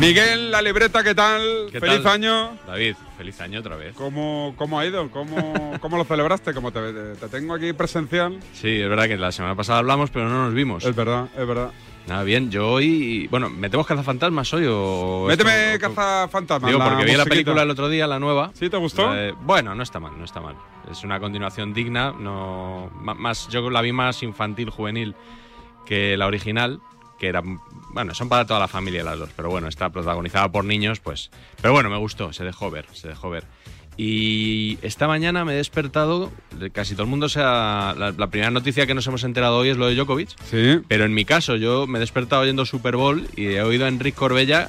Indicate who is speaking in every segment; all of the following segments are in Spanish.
Speaker 1: Miguel, la libreta, ¿qué tal?
Speaker 2: ¿Qué
Speaker 1: Feliz
Speaker 2: tal?
Speaker 1: año.
Speaker 2: David, feliz año otra vez.
Speaker 1: ¿Cómo, cómo ha ido? ¿Cómo, cómo lo celebraste? Como te, te tengo aquí presencial.
Speaker 2: Sí, es verdad que la semana pasada hablamos, pero no nos vimos.
Speaker 1: Es verdad, es verdad.
Speaker 2: Nada, bien, yo hoy. Bueno, ¿metemos cazafantasmas hoy o.?
Speaker 1: Méteme
Speaker 2: esto-
Speaker 1: Cazafantasma.
Speaker 2: Pues Digo,
Speaker 1: la
Speaker 2: porque vi la
Speaker 1: musiquita.
Speaker 2: película el otro día, la nueva.
Speaker 1: ¿Sí te gustó?
Speaker 2: Eh, bueno, no está mal, no está mal. Es una continuación digna. No, ma- más, yo la vi más infantil, juvenil que la original, que era. Bueno, son para toda la familia las dos, pero bueno, está protagonizada por niños, pues. Pero bueno, me gustó, se dejó ver, se dejó ver. Y esta mañana me he despertado, casi todo el mundo se ha. La, la primera noticia que nos hemos enterado hoy es lo de Djokovic.
Speaker 1: Sí.
Speaker 2: Pero en mi caso, yo me he despertado oyendo Super Bowl y he oído a Enrique Corbella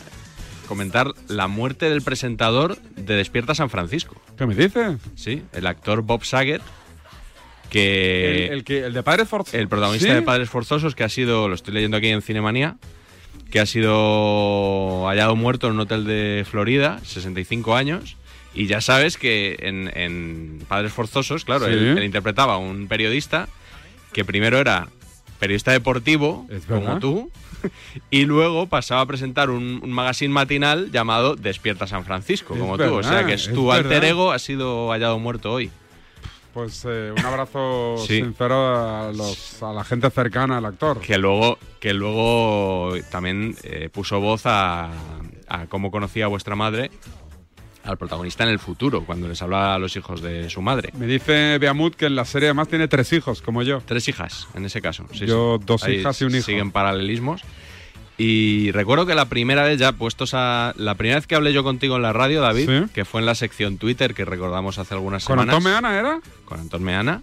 Speaker 2: comentar la muerte del presentador de Despierta San Francisco.
Speaker 1: ¿Qué me dices?
Speaker 2: Sí, el actor Bob Saget, que
Speaker 1: el, el que- el de Padres Forza.
Speaker 2: eh, el protagonista
Speaker 1: ¿Sí?
Speaker 2: de Padres Forzosos, que ha sido, lo estoy leyendo aquí en Cinemanía, que ha sido hallado muerto en un hotel de Florida, 65 años. Y ya sabes que en, en Padres Forzosos, claro,
Speaker 1: Sí.
Speaker 2: él, él interpretaba a un periodista que primero era periodista deportivo,
Speaker 1: Es
Speaker 2: como
Speaker 1: verdad.
Speaker 2: tú, y luego pasaba a presentar un, un magazine matinal llamado Despierta San Francisco,
Speaker 1: Es
Speaker 2: como tú. O sea
Speaker 1: verdad,
Speaker 2: que es
Speaker 1: es
Speaker 2: tu alter
Speaker 1: verdad.
Speaker 2: ego ha sido hallado muerto hoy.
Speaker 1: Pues eh, un abrazo
Speaker 2: Sí.
Speaker 1: sincero a, los, a la gente cercana al actor.
Speaker 2: Que luego, que luego también eh, puso voz a, a cómo conocía a vuestra madre al protagonista en el futuro, cuando les hablaba a los hijos de su madre.
Speaker 1: Me dice Beamut que en la serie además tiene tres hijos, como yo.
Speaker 2: Tres hijas, en ese caso. Sí,
Speaker 1: Yo
Speaker 2: sí.
Speaker 1: dos
Speaker 2: Ahí
Speaker 1: hijas y un hijo.
Speaker 2: Siguen paralelismos. Y recuerdo que la primera vez, ya puestos a. La primera vez que hablé yo contigo en la radio, David,
Speaker 1: Sí.
Speaker 2: que fue en la sección Twitter que recordamos hace algunas
Speaker 1: ¿Con
Speaker 2: semanas.
Speaker 1: Antón Meana era?
Speaker 2: Con Antón Meana.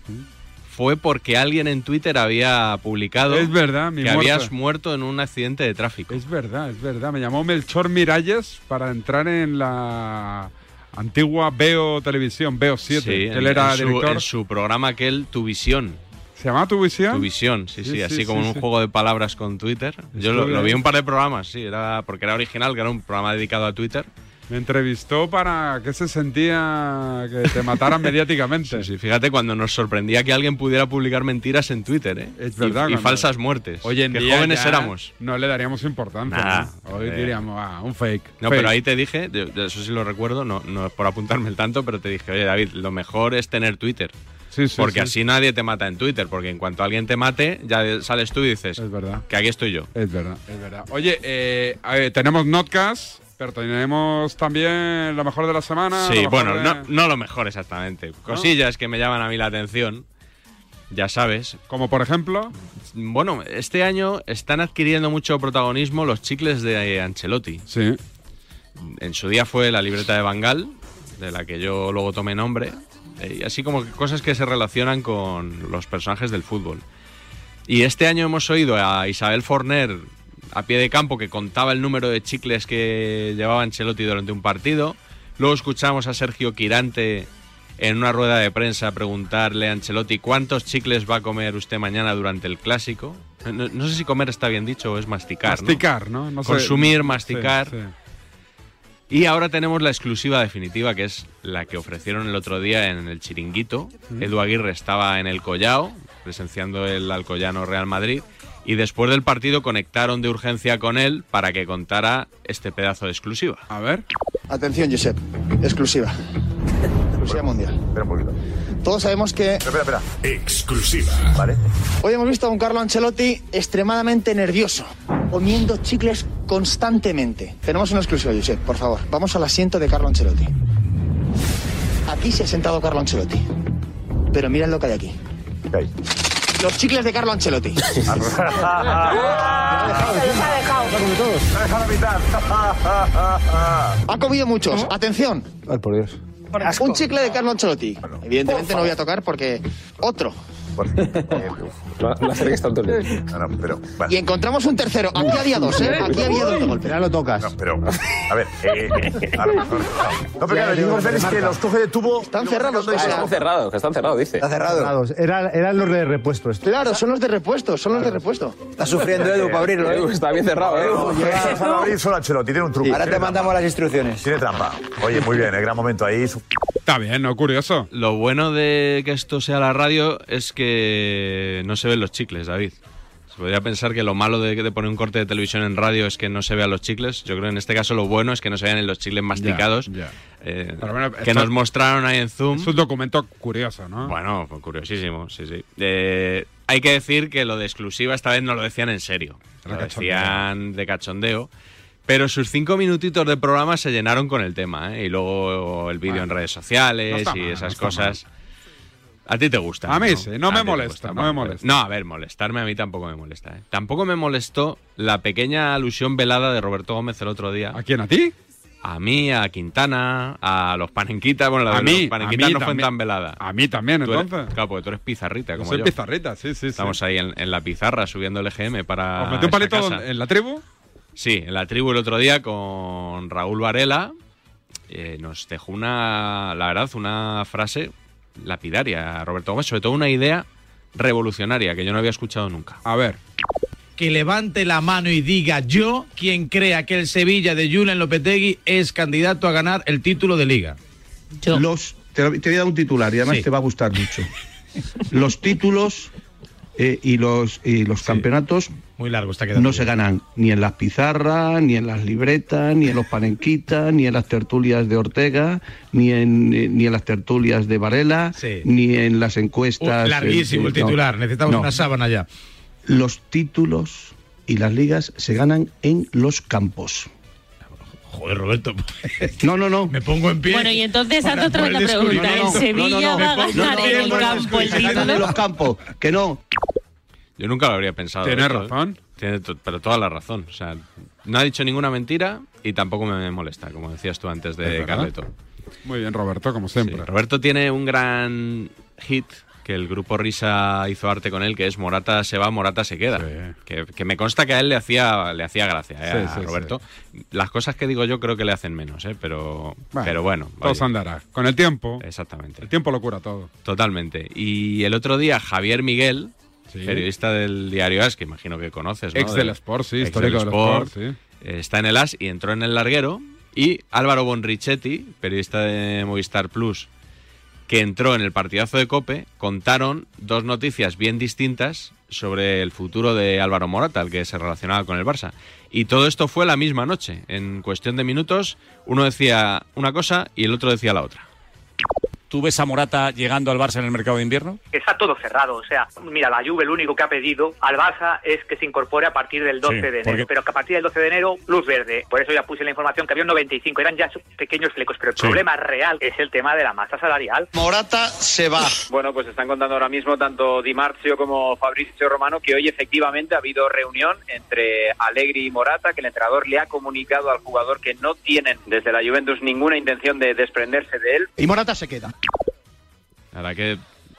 Speaker 2: Fue porque alguien en Twitter había publicado
Speaker 1: Es verdad, mi
Speaker 2: que
Speaker 1: muerte.
Speaker 2: habías muerto en un accidente de tráfico.
Speaker 1: Es verdad, es verdad. Me llamó Melchor Miralles para entrar en la antigua Veo Televisión, Veo 7.
Speaker 2: Sí,
Speaker 1: Él
Speaker 2: en-
Speaker 1: era
Speaker 2: en su,
Speaker 1: director.
Speaker 2: en su programa aquel Tu Visión.
Speaker 1: ¿Se llamaba Tu Visión?
Speaker 2: Tu Visión, sí, sí,
Speaker 1: Sí, sí,
Speaker 2: así
Speaker 1: sí,
Speaker 2: como en un
Speaker 1: sí.
Speaker 2: juego de palabras con Twitter. Yo lo,
Speaker 1: Estuve
Speaker 2: lo vi
Speaker 1: ahí.
Speaker 2: en un par de programas, sí, era porque era original, que era un programa dedicado a Twitter.
Speaker 1: Me entrevistó para qué se sentía que te mataran mediáticamente.
Speaker 2: Sí, sí, fíjate cuando nos sorprendía que alguien pudiera publicar mentiras en Twitter, ¿eh?
Speaker 1: Es
Speaker 2: Y-
Speaker 1: verdad,
Speaker 2: Y,
Speaker 1: cuando-
Speaker 2: falsas muertes.
Speaker 1: Oye, en
Speaker 2: que
Speaker 1: día
Speaker 2: jóvenes
Speaker 1: ya
Speaker 2: éramos.
Speaker 1: No le daríamos importancia.
Speaker 2: Nada,
Speaker 1: ¿no? Hoy
Speaker 2: eh.
Speaker 1: diríamos, ah, un fake.
Speaker 2: No,
Speaker 1: fake.
Speaker 2: pero ahí te dije, de- de eso sí lo recuerdo, no, no es por apuntarme el tanto, pero te dije, oye David, lo mejor es tener Twitter,
Speaker 1: Sí, sí, sí.
Speaker 2: porque así nadie te mata en Twitter, porque en cuanto alguien te mate, ya sales tú y dices,
Speaker 1: Es verdad.
Speaker 2: que aquí estoy yo.
Speaker 1: Es verdad, es verdad. Oye, eh, a ver, tenemos Notcast, pero tenemos también lo mejor de la semana.
Speaker 2: Sí,
Speaker 1: lo mejor
Speaker 2: bueno,
Speaker 1: de-
Speaker 2: no, no lo mejor exactamente. Cosillas que me llaman a mí la atención, ya sabes.
Speaker 1: Como por ejemplo,
Speaker 2: Bueno, este año están adquiriendo mucho protagonismo los chicles de eh, Ancelotti.
Speaker 1: sí,
Speaker 2: En su día fue la libreta de Bangal, de la que yo luego tomé nombre, eh, y así como que cosas que se relacionan con los personajes del fútbol. Y este año hemos oído a Isabel Forner a pie de campo que contaba el número de chicles que llevaba Ancelotti durante un partido. Luego escuchamos a Sergio Quirante en una rueda de prensa preguntarle a Ancelotti cuántos chicles va a comer usted mañana durante el clásico. No, no sé si comer está bien dicho o es masticar. ¿no?
Speaker 1: masticar, ¿no? No sé.
Speaker 2: Consumir,
Speaker 1: Sí,
Speaker 2: masticar.
Speaker 1: sí.
Speaker 2: Y ahora tenemos la exclusiva definitiva, que es la que ofrecieron el otro día en el chiringuito. Edu Aguirre estaba en el Collao, presenciando el Alcoyano Real Madrid, y después del partido conectaron de urgencia con él para que contara este pedazo de exclusiva.
Speaker 1: A ver,
Speaker 3: Atención, Josep. Exclusiva. Exclusiva mundial.
Speaker 4: Espera un poquito.
Speaker 3: Todos sabemos que
Speaker 4: Espera, espera.
Speaker 5: Exclusiva.
Speaker 4: Vale.
Speaker 3: hoy hemos visto a un Carlo Ancelotti extremadamente nervioso, comiendo chicles constantemente. Tenemos una exclusiva, Josep, por favor. Vamos al asiento de Carlo Ancelotti. Aquí se ha sentado Carlo Ancelotti. Pero mirad lo que hay aquí.
Speaker 4: ¿Qué hay?
Speaker 3: Los chicles de Carlo Ancelotti.
Speaker 4: Me deja la mitad.
Speaker 3: Ha comido muchos. Atención.
Speaker 4: ¿Eh? Ay, por Dios.
Speaker 3: Un chicle de Carlo Ancelotti. Evidentemente no voy a tocar porque otro.
Speaker 6: La serie está bien.
Speaker 4: No, no, pero.
Speaker 3: Y
Speaker 4: Vale.
Speaker 3: encontramos un tercero. Aquí había dos, ¿eh? Aquí había dos de golpe.
Speaker 6: lo tocas.
Speaker 4: No, pero. A ver. Eh, eh, a lo mejor. No, pero claro, el único que es que los coge de tubo.
Speaker 3: Están cerrados, o sea,
Speaker 6: Ah, Están cerrados, que están cerrados, dice.
Speaker 7: Está cerrado.
Speaker 8: Era, eran los de repuesto esto.
Speaker 3: Claro, son los de repuesto, son los de repuesto.
Speaker 7: Está sufriendo Edu para abrirlo.
Speaker 6: Edu,
Speaker 7: ¿eh?
Speaker 6: está bien cerrado,
Speaker 4: Solo
Speaker 6: ¿eh?
Speaker 4: a abrir solo Ancelotti. Tiene un truco.
Speaker 7: Ahora te
Speaker 4: Tiene
Speaker 7: mandamos
Speaker 4: trampa.
Speaker 7: las instrucciones.
Speaker 4: Tiene trampa. Oye, muy bien, el gran momento ahí. su-
Speaker 1: está bien, ¿no? Curioso.
Speaker 2: Lo bueno de que esto sea la radio es que no se ven los chicles, David. Se podría pensar que lo malo de, de poner un corte de televisión en radio es que no se vean los chicles. Yo creo que en este caso lo bueno es que no se vean en los chicles masticados
Speaker 1: ya.
Speaker 2: eh,
Speaker 1: Pero bueno,
Speaker 2: que
Speaker 1: esto-
Speaker 2: nos mostraron ahí en Zoom.
Speaker 1: Es un documento curioso, ¿no?
Speaker 2: Bueno, fue curiosísimo, sí, sí. Eh, hay que decir que lo de exclusiva esta vez no lo decían en serio.
Speaker 1: Era
Speaker 2: Lo
Speaker 1: cachondeo.
Speaker 2: decían de cachondeo. Pero sus cinco minutitos de programa se llenaron con el tema, ¿eh? Y luego el vídeo
Speaker 1: Bueno.
Speaker 2: en redes
Speaker 1: No
Speaker 2: sociales
Speaker 1: está
Speaker 2: y
Speaker 1: mal, no
Speaker 2: esas
Speaker 1: está
Speaker 2: cosas. A ti te gusta.
Speaker 1: A mí sí, no
Speaker 2: A
Speaker 1: me
Speaker 2: ti te
Speaker 1: molesta, no me
Speaker 2: vale.
Speaker 1: molesta.
Speaker 2: No, a ver, molestarme a mí tampoco me molesta. ¿eh? Tampoco me molestó la pequeña alusión velada de Roberto Gómez el otro día.
Speaker 1: ¿A quién? ¿A ti?
Speaker 2: A mí, a Quintana, a los panenquitas. Bueno, la
Speaker 1: a
Speaker 2: de
Speaker 1: mí.
Speaker 2: los panenquitas
Speaker 1: a mí
Speaker 2: no fue
Speaker 1: también.
Speaker 2: tan velada.
Speaker 1: A mí también,
Speaker 2: Tú eres-
Speaker 1: entonces.
Speaker 2: claro, porque tú eres pizarrita,
Speaker 1: Yo
Speaker 2: como
Speaker 1: soy
Speaker 2: yo.
Speaker 1: pizarrita, sí, sí. sí.
Speaker 2: Estamos ahí en, en la pizarra subiendo el EGM para.
Speaker 1: ¿Os metí un
Speaker 2: esta
Speaker 1: palito
Speaker 2: casa.
Speaker 1: en la tribu?
Speaker 2: Sí, en la tribu el otro día con Raúl Varela. eh, nos dejó una, la verdad, una frase lapidaria a Roberto Gómez, sobre todo una idea revolucionaria que yo no había escuchado nunca.
Speaker 1: A ver.
Speaker 9: que levante la mano y diga yo quien crea que el Sevilla de Julen Lopetegui es candidato a ganar el título de liga.
Speaker 10: Yo.
Speaker 3: Los, te, te voy a dar un titular y además
Speaker 9: Sí.
Speaker 3: te va a gustar mucho. Los títulos eh, y los, y los campeonatos
Speaker 9: Muy largo está quedando.
Speaker 3: no se ganan ni en las pizarras, ni en las libretas, ni en los panenquitas, ni en las tertulias de Ortega, ni en, eh, ni en las tertulias de Varela,
Speaker 9: Sí.
Speaker 3: ni en las
Speaker 9: Uh,
Speaker 3: encuestas.
Speaker 9: larguísimo
Speaker 3: eh,
Speaker 9: el
Speaker 3: no,
Speaker 9: titular, necesitamos
Speaker 3: no.
Speaker 9: una sábana ya.
Speaker 3: Los títulos y las ligas se ganan en los campos.
Speaker 9: Joder, Roberto,
Speaker 3: No, no, no.
Speaker 9: me pongo en pie.
Speaker 10: Bueno, y entonces
Speaker 9: Para
Speaker 10: hazte otra
Speaker 9: por
Speaker 10: vez
Speaker 9: el
Speaker 10: la pregunta.
Speaker 9: descubrimiento.
Speaker 10: ¿El Sevilla
Speaker 3: No, no, no.
Speaker 10: va a
Speaker 9: Me pongo
Speaker 10: ganar
Speaker 9: en
Speaker 10: el
Speaker 9: pie.
Speaker 10: campo el
Speaker 3: Se ganan en
Speaker 10: título?
Speaker 3: los
Speaker 11: Oh,
Speaker 3: campos, que no.
Speaker 2: Yo nunca lo habría pensado.
Speaker 1: Tienes
Speaker 2: esto, ¿eh?
Speaker 1: razón.
Speaker 2: Tiene to- pero toda la razón. O sea, no ha dicho ninguna mentira y tampoco me molesta, como decías tú antes
Speaker 1: Es
Speaker 2: de
Speaker 1: verdad.
Speaker 2: Carleto.
Speaker 1: Muy bien, Roberto, como
Speaker 2: Sí,
Speaker 1: siempre.
Speaker 2: Roberto tiene un gran hit que el grupo Risa hizo arte con él, que es Morata se va, Morata se queda.
Speaker 1: Sí.
Speaker 2: Que, que me consta que a él le hacía, le hacía gracia eh,
Speaker 1: Sí,
Speaker 2: a
Speaker 1: sí, sí.
Speaker 2: Roberto. Las cosas que digo yo creo que le hacen menos, eh, pero
Speaker 1: Bueno,
Speaker 2: pero bueno.
Speaker 1: Todo se
Speaker 2: oye,
Speaker 1: andará. Con el tiempo.
Speaker 2: exactamente.
Speaker 1: El tiempo lo cura todo.
Speaker 2: Totalmente. Y el otro día Javier Miguel,
Speaker 1: Sí.
Speaker 2: periodista del diario As, que imagino que conoces, ¿no?
Speaker 1: Ex del Sport, sí,
Speaker 2: ex
Speaker 1: histórico
Speaker 2: del
Speaker 1: del Sport, sí.
Speaker 2: eh, está en el As y entró en el larguero. Y Álvaro Bonrichetti, periodista de Movistar Plus, que entró en el partidazo de Cope, contaron dos noticias bien distintas sobre el futuro de Álvaro Morata, el que se relacionaba con el Barça. Y todo esto fue la misma noche. En cuestión de minutos, uno decía una cosa y el otro decía la otra.
Speaker 6: ¿Tú ves a Morata llegando al Barça en el mercado de invierno?
Speaker 11: Está todo cerrado, o sea, mira, la Juve lo único que ha pedido al Barça es que se incorpore a partir del 12
Speaker 6: Sí,
Speaker 11: de enero,
Speaker 6: porque-
Speaker 11: pero que a partir del 12 de enero, luz verde. Por eso ya puse la información que había un 95, eran ya pequeños flecos, pero el
Speaker 6: Sí.
Speaker 11: problema real es el tema de la masa salarial.
Speaker 4: Morata se va.
Speaker 11: Bueno, pues están contando ahora mismo tanto Di Marzio como Fabricio Romano que hoy efectivamente ha habido reunión entre Allegri y Morata, que el entrenador le ha comunicado al jugador que no tienen desde la Juventus ninguna intención de desprenderse de él.
Speaker 4: Y Morata se queda.
Speaker 2: La verdad que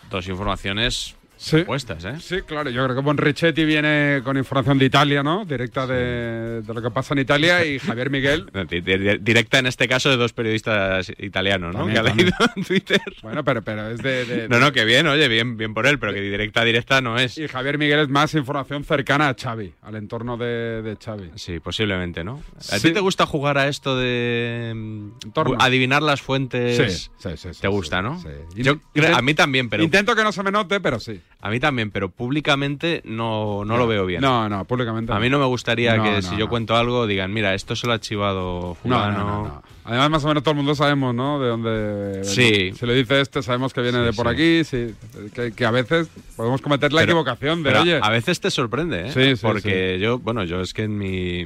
Speaker 2: dos informaciones
Speaker 1: Sí.
Speaker 2: opuestas, ¿eh?
Speaker 1: Sí, claro, yo creo que Bonrichetti viene con información de Italia, ¿no? Directa de, de lo que pasa en Italia y Javier Miguel.
Speaker 2: Di- di- Directa en este caso de dos periodistas italianos, ¿no?
Speaker 1: También,
Speaker 2: que ha
Speaker 1: también.
Speaker 2: leído en Twitter.
Speaker 1: Bueno, pero, pero es de... de-
Speaker 2: No, no, que bien, oye, bien, bien por él, pero que directa, directa no es.
Speaker 1: Y Javier Miguel es más información cercana a Xavi, al entorno de, de Xavi.
Speaker 2: Sí, posiblemente, ¿no? ¿A
Speaker 1: Sí.
Speaker 2: ti te gusta jugar a esto de mm,
Speaker 1: Entorno.
Speaker 2: adivinar las fuentes?
Speaker 1: sí, sí, sí,
Speaker 2: ¿Te gusta,
Speaker 1: sí,
Speaker 2: no?
Speaker 1: sí.
Speaker 2: Yo creo- a mí también, pero
Speaker 1: Intento que no se me note, pero sí.
Speaker 2: a mí también, pero públicamente no, no lo veo bien.
Speaker 1: No, no, públicamente.
Speaker 2: A mí no me gustaría
Speaker 1: No,
Speaker 2: que
Speaker 1: no,
Speaker 2: si yo
Speaker 1: no.
Speaker 2: cuento algo digan, mira, esto se lo ha chivado
Speaker 1: No, no,
Speaker 2: fulano.
Speaker 1: no, no. Además, más o menos todo el mundo sabemos, ¿no? De dónde.
Speaker 2: Sí.
Speaker 1: Si lo dice este, sabemos que viene
Speaker 2: Sí,
Speaker 1: de por
Speaker 2: sí.
Speaker 1: aquí. sí. Que, que a veces podemos cometer la
Speaker 2: Pero-
Speaker 1: equivocación de,
Speaker 2: pero
Speaker 1: oye.
Speaker 2: A veces te sorprende, ¿eh?
Speaker 1: Sí, sí,
Speaker 2: Porque yo, bueno, yo es que en mi,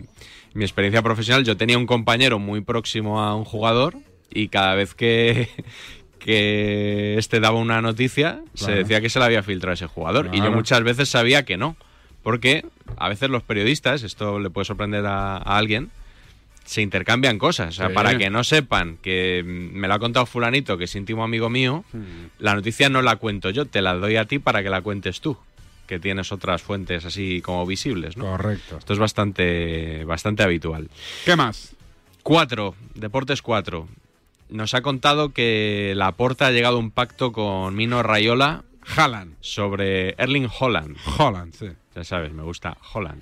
Speaker 2: mi experiencia profesional yo tenía un compañero muy próximo a un jugador y cada vez que, que este daba una noticia se
Speaker 1: Claro.
Speaker 2: decía que se la había filtrado a ese jugador y yo
Speaker 1: Claro.
Speaker 2: muchas veces sabía que no. Porque a veces los periodistas, esto le puede sorprender a, a alguien, se intercambian cosas. O sea,
Speaker 1: Sí.
Speaker 2: para que no sepan que mm, me lo ha contado fulanito, que es íntimo amigo mío, la noticia no la cuento yo, te la doy a ti para que la cuentes tú, que tienes otras fuentes así como visibles, ¿no?
Speaker 1: Correcto.
Speaker 2: Esto es bastante, bastante habitual.
Speaker 1: ¿Qué más?
Speaker 2: 4, Deportes 4. Nos ha contado que la Porta ha llegado a un pacto con Mino Rayola
Speaker 1: Haaland.
Speaker 2: sobre Erling Holland.
Speaker 1: Holland, sí.
Speaker 2: Ya sabes, me gusta Holland.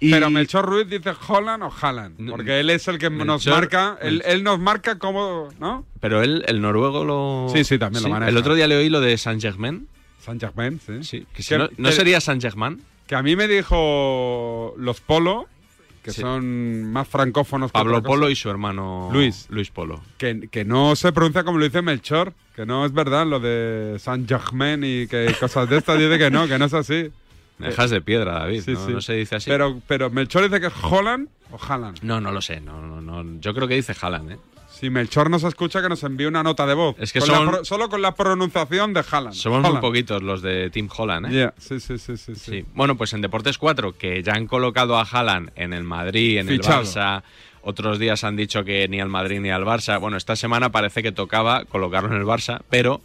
Speaker 2: Y-
Speaker 1: Pero Melchor Ruiz dice Holland o Haaland.
Speaker 2: No,
Speaker 1: Porque él es el que nos
Speaker 2: Melchor-
Speaker 1: marca. Él,
Speaker 2: Melchor.
Speaker 1: él nos marca como. ¿No?
Speaker 2: Pero él, el noruego lo...
Speaker 1: Sí, sí, también lo maneja.
Speaker 2: El otro día le oí lo de Saint-Germain.
Speaker 1: San Germain, sí.
Speaker 2: Sí, que si
Speaker 1: Que-
Speaker 2: no, ¿no
Speaker 1: que-
Speaker 2: sería Saint-Germain?
Speaker 1: Que a mí me dijo los Polo, que
Speaker 2: Sí.
Speaker 1: son más francófonos que
Speaker 2: Pablo
Speaker 1: otra cosa,
Speaker 2: Polo y su hermano
Speaker 1: Luis.
Speaker 2: Luis Polo.
Speaker 1: que, que no se pronuncia como lo dice Melchor, que no es verdad lo de San Germain y que cosas de estas. Dice que no, que no es así.
Speaker 2: Me dejas de piedra, David.
Speaker 1: Eh, Sí,
Speaker 2: no,
Speaker 1: sí.
Speaker 2: no se dice así.
Speaker 1: Pero, pero Melchor dice que es Holland o Haaland.
Speaker 2: No, no lo sé. No, no, no. Yo creo que dice Haaland, ¿eh?
Speaker 1: Si Melchor nos escucha, que nos envíe una nota de voz.
Speaker 2: Es que
Speaker 1: Con la
Speaker 2: son-
Speaker 1: pro- solo con la pronunciación de Haaland.
Speaker 2: Somos
Speaker 1: Haaland.
Speaker 2: muy poquitos los de Team Holland, ¿eh?
Speaker 1: Ya, sí, sí, sí, sí, sí.
Speaker 2: Sí. Bueno, pues en Deportes 4, que ya han colocado a Haaland en el Madrid, en
Speaker 1: Fichado.
Speaker 2: el Barça. Otros días han dicho que ni al Madrid ni al Barça. Bueno, esta semana parece que tocaba colocarlo en el Barça, pero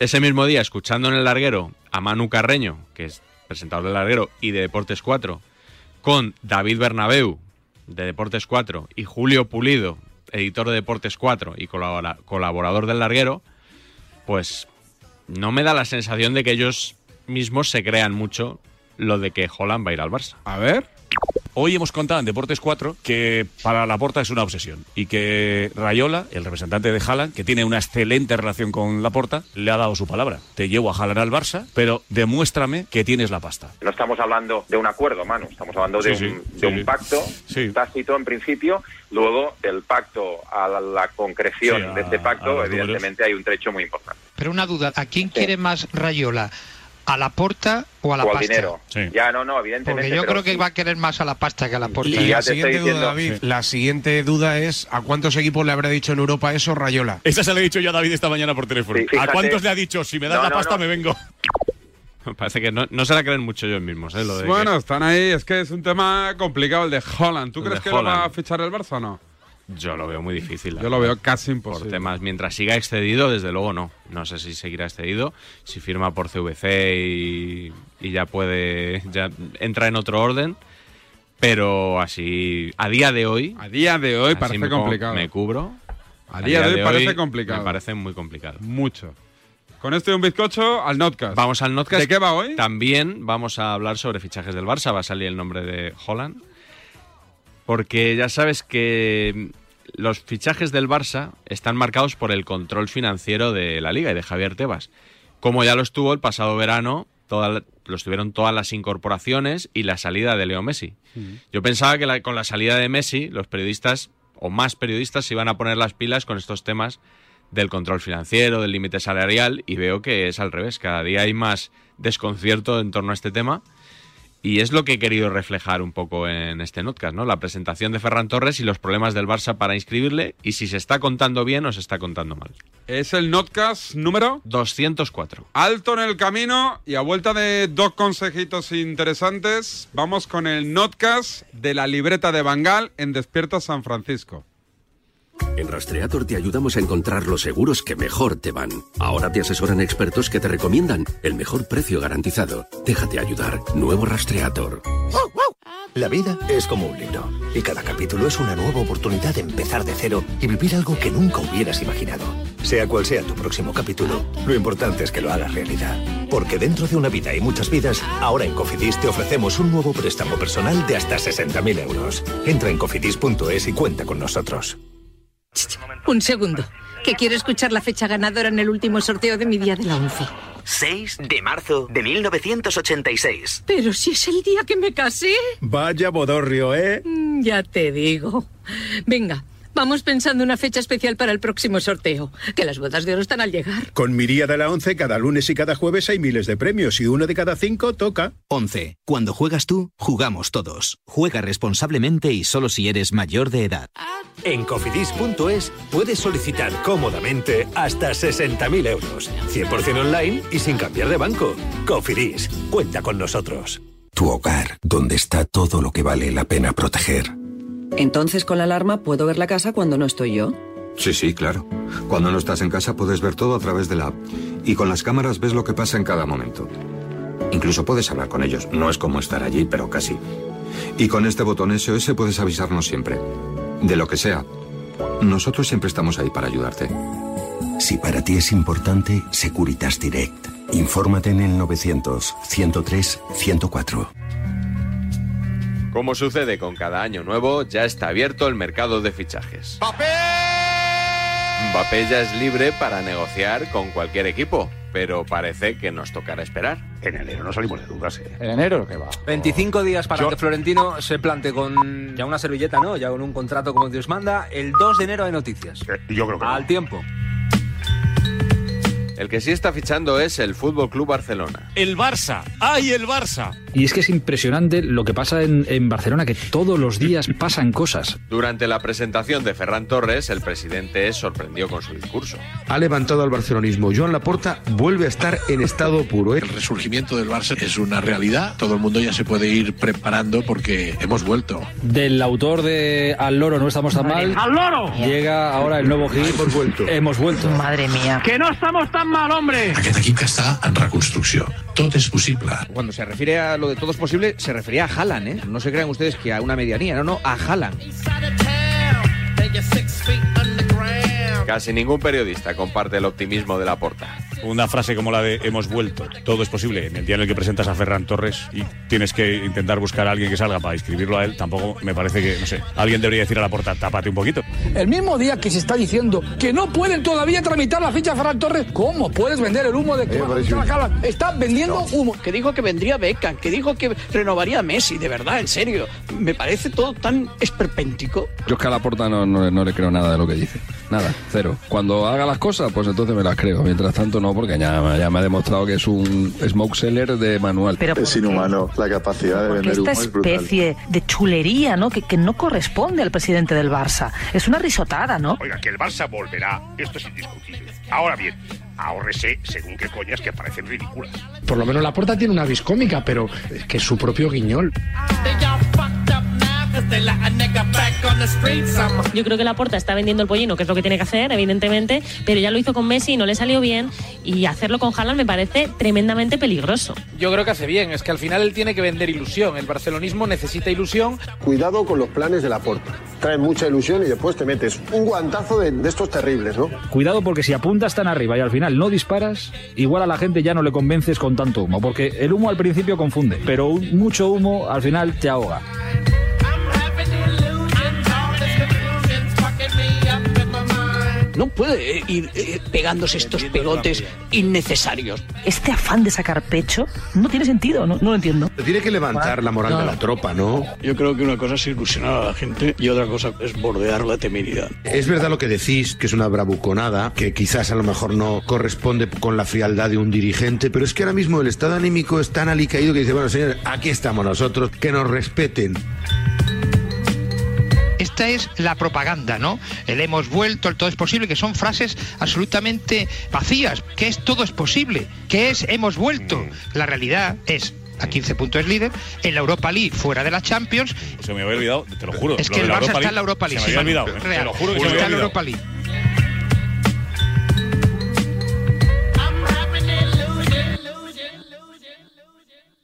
Speaker 2: ese mismo día, escuchando en el larguero a Manu Carreño, que es presentador del larguero y de Deportes 4, con David Bernabeu, de Deportes 4, y Julio Pulido, editor de Deportes 4 y colabora- colaborador del larguero, pues no me da la sensación de que ellos mismos se crean mucho lo de que Holland va a ir al Barça.
Speaker 1: A ver.
Speaker 6: Hoy hemos contado en Deportes 4 que para Laporta es una obsesión y que Rayola, el representante de Haaland, que tiene una excelente relación con Laporta, le ha dado su palabra. Te llevo a Haaland al Barça, pero demuéstrame que tienes la pasta.
Speaker 12: No estamos hablando de un acuerdo, Manu, estamos hablando de
Speaker 6: Sí,
Speaker 12: un,
Speaker 6: sí,
Speaker 12: de
Speaker 6: sí,
Speaker 12: un
Speaker 6: sí.
Speaker 12: pacto
Speaker 6: Sí.
Speaker 12: tácito en principio, luego del pacto a la, la concreción
Speaker 6: Sí, a-
Speaker 12: de este
Speaker 6: a
Speaker 12: pacto,
Speaker 6: los
Speaker 12: evidentemente hay un trecho muy importante.
Speaker 13: Pero una duda, ¿a quién quiere más Rayola? ¿A la porta o a la
Speaker 12: o al
Speaker 13: pasta?
Speaker 12: dinero. Ya, no, no, evidentemente.
Speaker 13: Porque yo
Speaker 12: pero
Speaker 13: creo que
Speaker 12: sí.
Speaker 13: va a querer más a la pasta que a la porta. ¿eh?
Speaker 12: Y ya te estoy diciendo- Sí.
Speaker 14: la siguiente duda es ¿a cuántos equipos le habrá dicho en Europa eso Rayola?
Speaker 6: Esa se la he dicho yo a David esta mañana por teléfono.
Speaker 14: Sí,
Speaker 6: ¿A
Speaker 14: fíjate.
Speaker 6: cuántos le ha dicho? Si me das
Speaker 14: No,
Speaker 6: la
Speaker 14: no,
Speaker 6: pasta,
Speaker 14: no.
Speaker 6: me vengo.
Speaker 2: Pues Parece que no, no se la creen mucho ellos mismos, ¿eh? Lo de que-
Speaker 1: Bueno, están ahí. Es que es un tema complicado el de Holland. ¿Tú
Speaker 2: El
Speaker 1: crees
Speaker 2: de
Speaker 1: que lo va
Speaker 2: Haaland.
Speaker 1: a fichar el Barça o no?
Speaker 2: yo lo veo muy difícil.
Speaker 1: Yo lo veo casi imposible.
Speaker 2: Por temas, mientras siga excedido, desde luego no. No sé si seguirá excedido. Si firma por CVC y, y ya puede, ya entra en otro orden. Pero así, a día de hoy.
Speaker 1: A día de hoy
Speaker 2: así
Speaker 1: parece
Speaker 2: me co-
Speaker 1: complicado.
Speaker 2: Me cubro.
Speaker 1: A día de hoy parece complicado.
Speaker 2: Me parece muy complicado.
Speaker 1: Mucho. Con esto y un bizcocho, al Notcast.
Speaker 2: Vamos al Notcast.
Speaker 1: ¿De qué va hoy?
Speaker 2: También vamos a hablar sobre fichajes del Barça. Va a salir el nombre de Holland. Porque ya sabes que los fichajes del Barça están marcados por el control financiero de la liga y de Javier Tebas. Como ya lo estuvo el pasado verano, toda la- lo estuvieron todas las incorporaciones y la salida de Leo Messi.
Speaker 6: Mm.
Speaker 2: Yo pensaba que la- con la salida de Messi, los periodistas o más periodistas se iban a poner las pilas con estos temas del control financiero, del límite salarial, y veo que es al revés. Cada día hay más desconcierto en torno a este tema. Y es lo que he querido reflejar un poco en este podcast, ¿no? La presentación de Ferran Torres y los problemas del Barça para inscribirle y si se está contando bien o se está contando mal.
Speaker 1: Es el Notcast número
Speaker 2: 204.
Speaker 1: Alto en el camino y a vuelta de dos consejitos interesantes, vamos con el Notcast de la libreta de Bangal en Despierta San Francisco.
Speaker 15: En Rastreator te ayudamos a encontrar los seguros que mejor te van. Ahora te asesoran expertos que te recomiendan el mejor precio garantizado. Déjate ayudar. Nuevo Rastreator.
Speaker 3: La vida es como un libro y cada capítulo es una nueva oportunidad de empezar de cero y vivir algo que nunca hubieras imaginado. Sea cual sea tu próximo capítulo, lo importante es que lo hagas realidad. Porque dentro de una vida hay muchas vidas, ahora en Cofidis te ofrecemos un nuevo préstamo personal de hasta 60.000 euros. Entra en cofidis.es y cuenta con nosotros.
Speaker 16: Un segundo, que quiero escuchar la fecha ganadora en el último sorteo de mi día de la once.
Speaker 11: 6 de marzo de 1986.
Speaker 16: Pero si es el día que me casé.
Speaker 11: Vaya bodorrio, ¿eh?
Speaker 16: Mm, Ya te digo. Venga, vamos pensando una fecha especial para el próximo sorteo, que las bodas de oro están al llegar.
Speaker 17: Con Miríada la 11, cada lunes y cada jueves hay miles de premios y uno de cada cinco toca.
Speaker 11: 11. Cuando juegas tú, jugamos todos. Juega responsablemente y solo si eres mayor de edad.
Speaker 3: En cofidis.es puedes solicitar cómodamente hasta 60.000 euros, 100% online y sin cambiar de banco. Cofidis, cuenta con nosotros.
Speaker 15: Tu hogar, donde está todo lo que vale la pena proteger.
Speaker 18: Entonces con la alarma puedo ver la casa cuando no estoy yo.
Speaker 19: Sí, sí, claro. Cuando no estás en casa puedes ver todo a través de la app y con las cámaras ves lo que pasa en cada momento. Incluso puedes hablar con ellos. No es como estar allí, pero casi. Y con este botón SOS puedes avisarnos siempre. De lo que sea. Nosotros siempre estamos ahí para ayudarte.
Speaker 20: Si para ti es importante, Securitas Direct. Infórmate en el 900 103 104.
Speaker 2: Como sucede con cada año nuevo, ya está abierto el mercado de fichajes. ¡Mbappé! ya es libre para negociar con cualquier equipo. pero parece que nos tocará esperar. En enero no salimos de dudas, ¿eh?
Speaker 21: ¿En enero que va?
Speaker 22: 25 días para que Florentino se plante con ya una servilleta, ¿no? Ya con un contrato como Dios manda. El 2 de enero hay noticias.
Speaker 2: Yo creo que
Speaker 22: Al tiempo.
Speaker 2: El que sí está fichando es el Fútbol Club Barcelona.
Speaker 6: El Barça. Ah. ¡Ay, el Barça!
Speaker 23: Y es que es impresionante lo que pasa en, en Barcelona, que todos los días pasan cosas.
Speaker 2: Durante la presentación de Ferran Torres, el presidente sorprendió con su discurso.
Speaker 20: Ha levantado al barcelonismo. Joan Laporta vuelve a estar en estado puro. ¿eh?
Speaker 24: El resurgimiento del Barça es una realidad. Todo el mundo ya se puede ir preparando porque hemos vuelto.
Speaker 23: Del autor de Al Loro no estamos tan mal.
Speaker 25: ¡Al loro!
Speaker 23: Llega ahora el nuevo hit. Hemos vuelto. Hemos vuelto.
Speaker 25: Madre mía. ¡Que no estamos tan mal, hombre!
Speaker 24: Aquest equip que està en reconstrucció. Tot és possible.
Speaker 26: Cuando se refiere a lo de todo es posible, se refería a Haaland, ¿eh? No se crean ustedes que a una medianía, no, no, a Haaland.
Speaker 2: Casi ningún periodista comparte el optimismo de la porta.
Speaker 6: Una frase como la de hemos vuelto, todo es posible. En el día en el que presentas a Ferran Torres y tienes que intentar buscar a alguien que salga para inscribirlo a él, tampoco me parece que, no sé, alguien debería decir a la porta, tápate un poquito.
Speaker 11: El mismo día que se está diciendo que no pueden todavía tramitar la ficha de Ferran Torres, ¿cómo puedes vender el humo de que
Speaker 20: Eh, parece un-
Speaker 11: Haaland? Estás vendiendo humo. Que dijo que vendría Beckham, que dijo que renovaría Messi, de verdad, en serio. Me parece todo tan esperpéntico.
Speaker 21: Yo es que a la porta no, no, no le creo nada de lo que dice. Nada, cero. Cuando haga las cosas, pues entonces me las creo. Mientras tanto no, porque ya, ya me ha demostrado que es un smoke seller de manual.
Speaker 3: es inhumano la capacidad de
Speaker 4: Porque
Speaker 3: vender humo
Speaker 4: esta
Speaker 3: es brutal.
Speaker 4: especie de chulería, ¿no? Que, que no corresponde al presidente del Barça. Es una risotada, ¿no?
Speaker 11: Oiga, que el Barça volverá, esto es indiscutible. Ahora bien, ahórrese según qué coñas que parecen ridículas.
Speaker 3: Por lo menos la puerta tiene una viscómica, pero es que es su propio guiñol.
Speaker 10: Yo creo que Laporta está vendiendo el pollino, que es lo que tiene que hacer, evidentemente, pero ya lo hizo con Messi y no le salió bien, y hacerlo con Haaland me parece tremendamente peligroso.
Speaker 26: Yo creo que hace bien, es que al final él tiene que vender ilusión. El barcelonismo necesita ilusión.
Speaker 3: Cuidado con los planes de la puerta. Traen mucha ilusión y después te metes un guantazo de, de estos terribles, ¿no?
Speaker 23: Cuidado porque si apuntas tan arriba y al final no disparas, igual a la gente ya no le convences con tanto humo, porque el humo al principio confunde, pero un- mucho humo al final te ahoga.
Speaker 11: No puede eh, ir eh, pegándose estos pegotes innecesarios.
Speaker 4: Este afán de sacar pecho no tiene sentido, no, no lo entiendo.
Speaker 20: Tiene que levantar la moral de la tropa, ¿no?
Speaker 3: Yo creo que una cosa es ilusionar a la gente y otra cosa es bordear la temeridad.
Speaker 20: Es verdad lo que decís, que es una bravuconada, que quizás a lo mejor no corresponde con la frialdad de un dirigente, pero es que ahora mismo el estado anímico es tan alicaído que dice, bueno, señores, aquí estamos nosotros, que nos respeten.
Speaker 27: Esta es la propaganda, ¿no? El hemos vuelto, el todo es posible, que son frases absolutamente vacías. ¿Qué es todo es posible? ¿Qué es hemos vuelto?
Speaker 6: Mm.
Speaker 27: La realidad es a 15 puntos líder, en la Europa League fuera de la Champions.
Speaker 6: Se me había olvidado, te lo juro.
Speaker 27: Es
Speaker 6: lo
Speaker 27: que
Speaker 6: de
Speaker 27: el Barça
Speaker 6: Europa
Speaker 27: está en la Europa League.
Speaker 6: Se me había
Speaker 27: sí,
Speaker 6: olvidado,
Speaker 27: Real.
Speaker 6: te lo juro que se me
Speaker 27: está
Speaker 6: había
Speaker 27: en la
Speaker 6: olvidado.
Speaker 27: Europa League.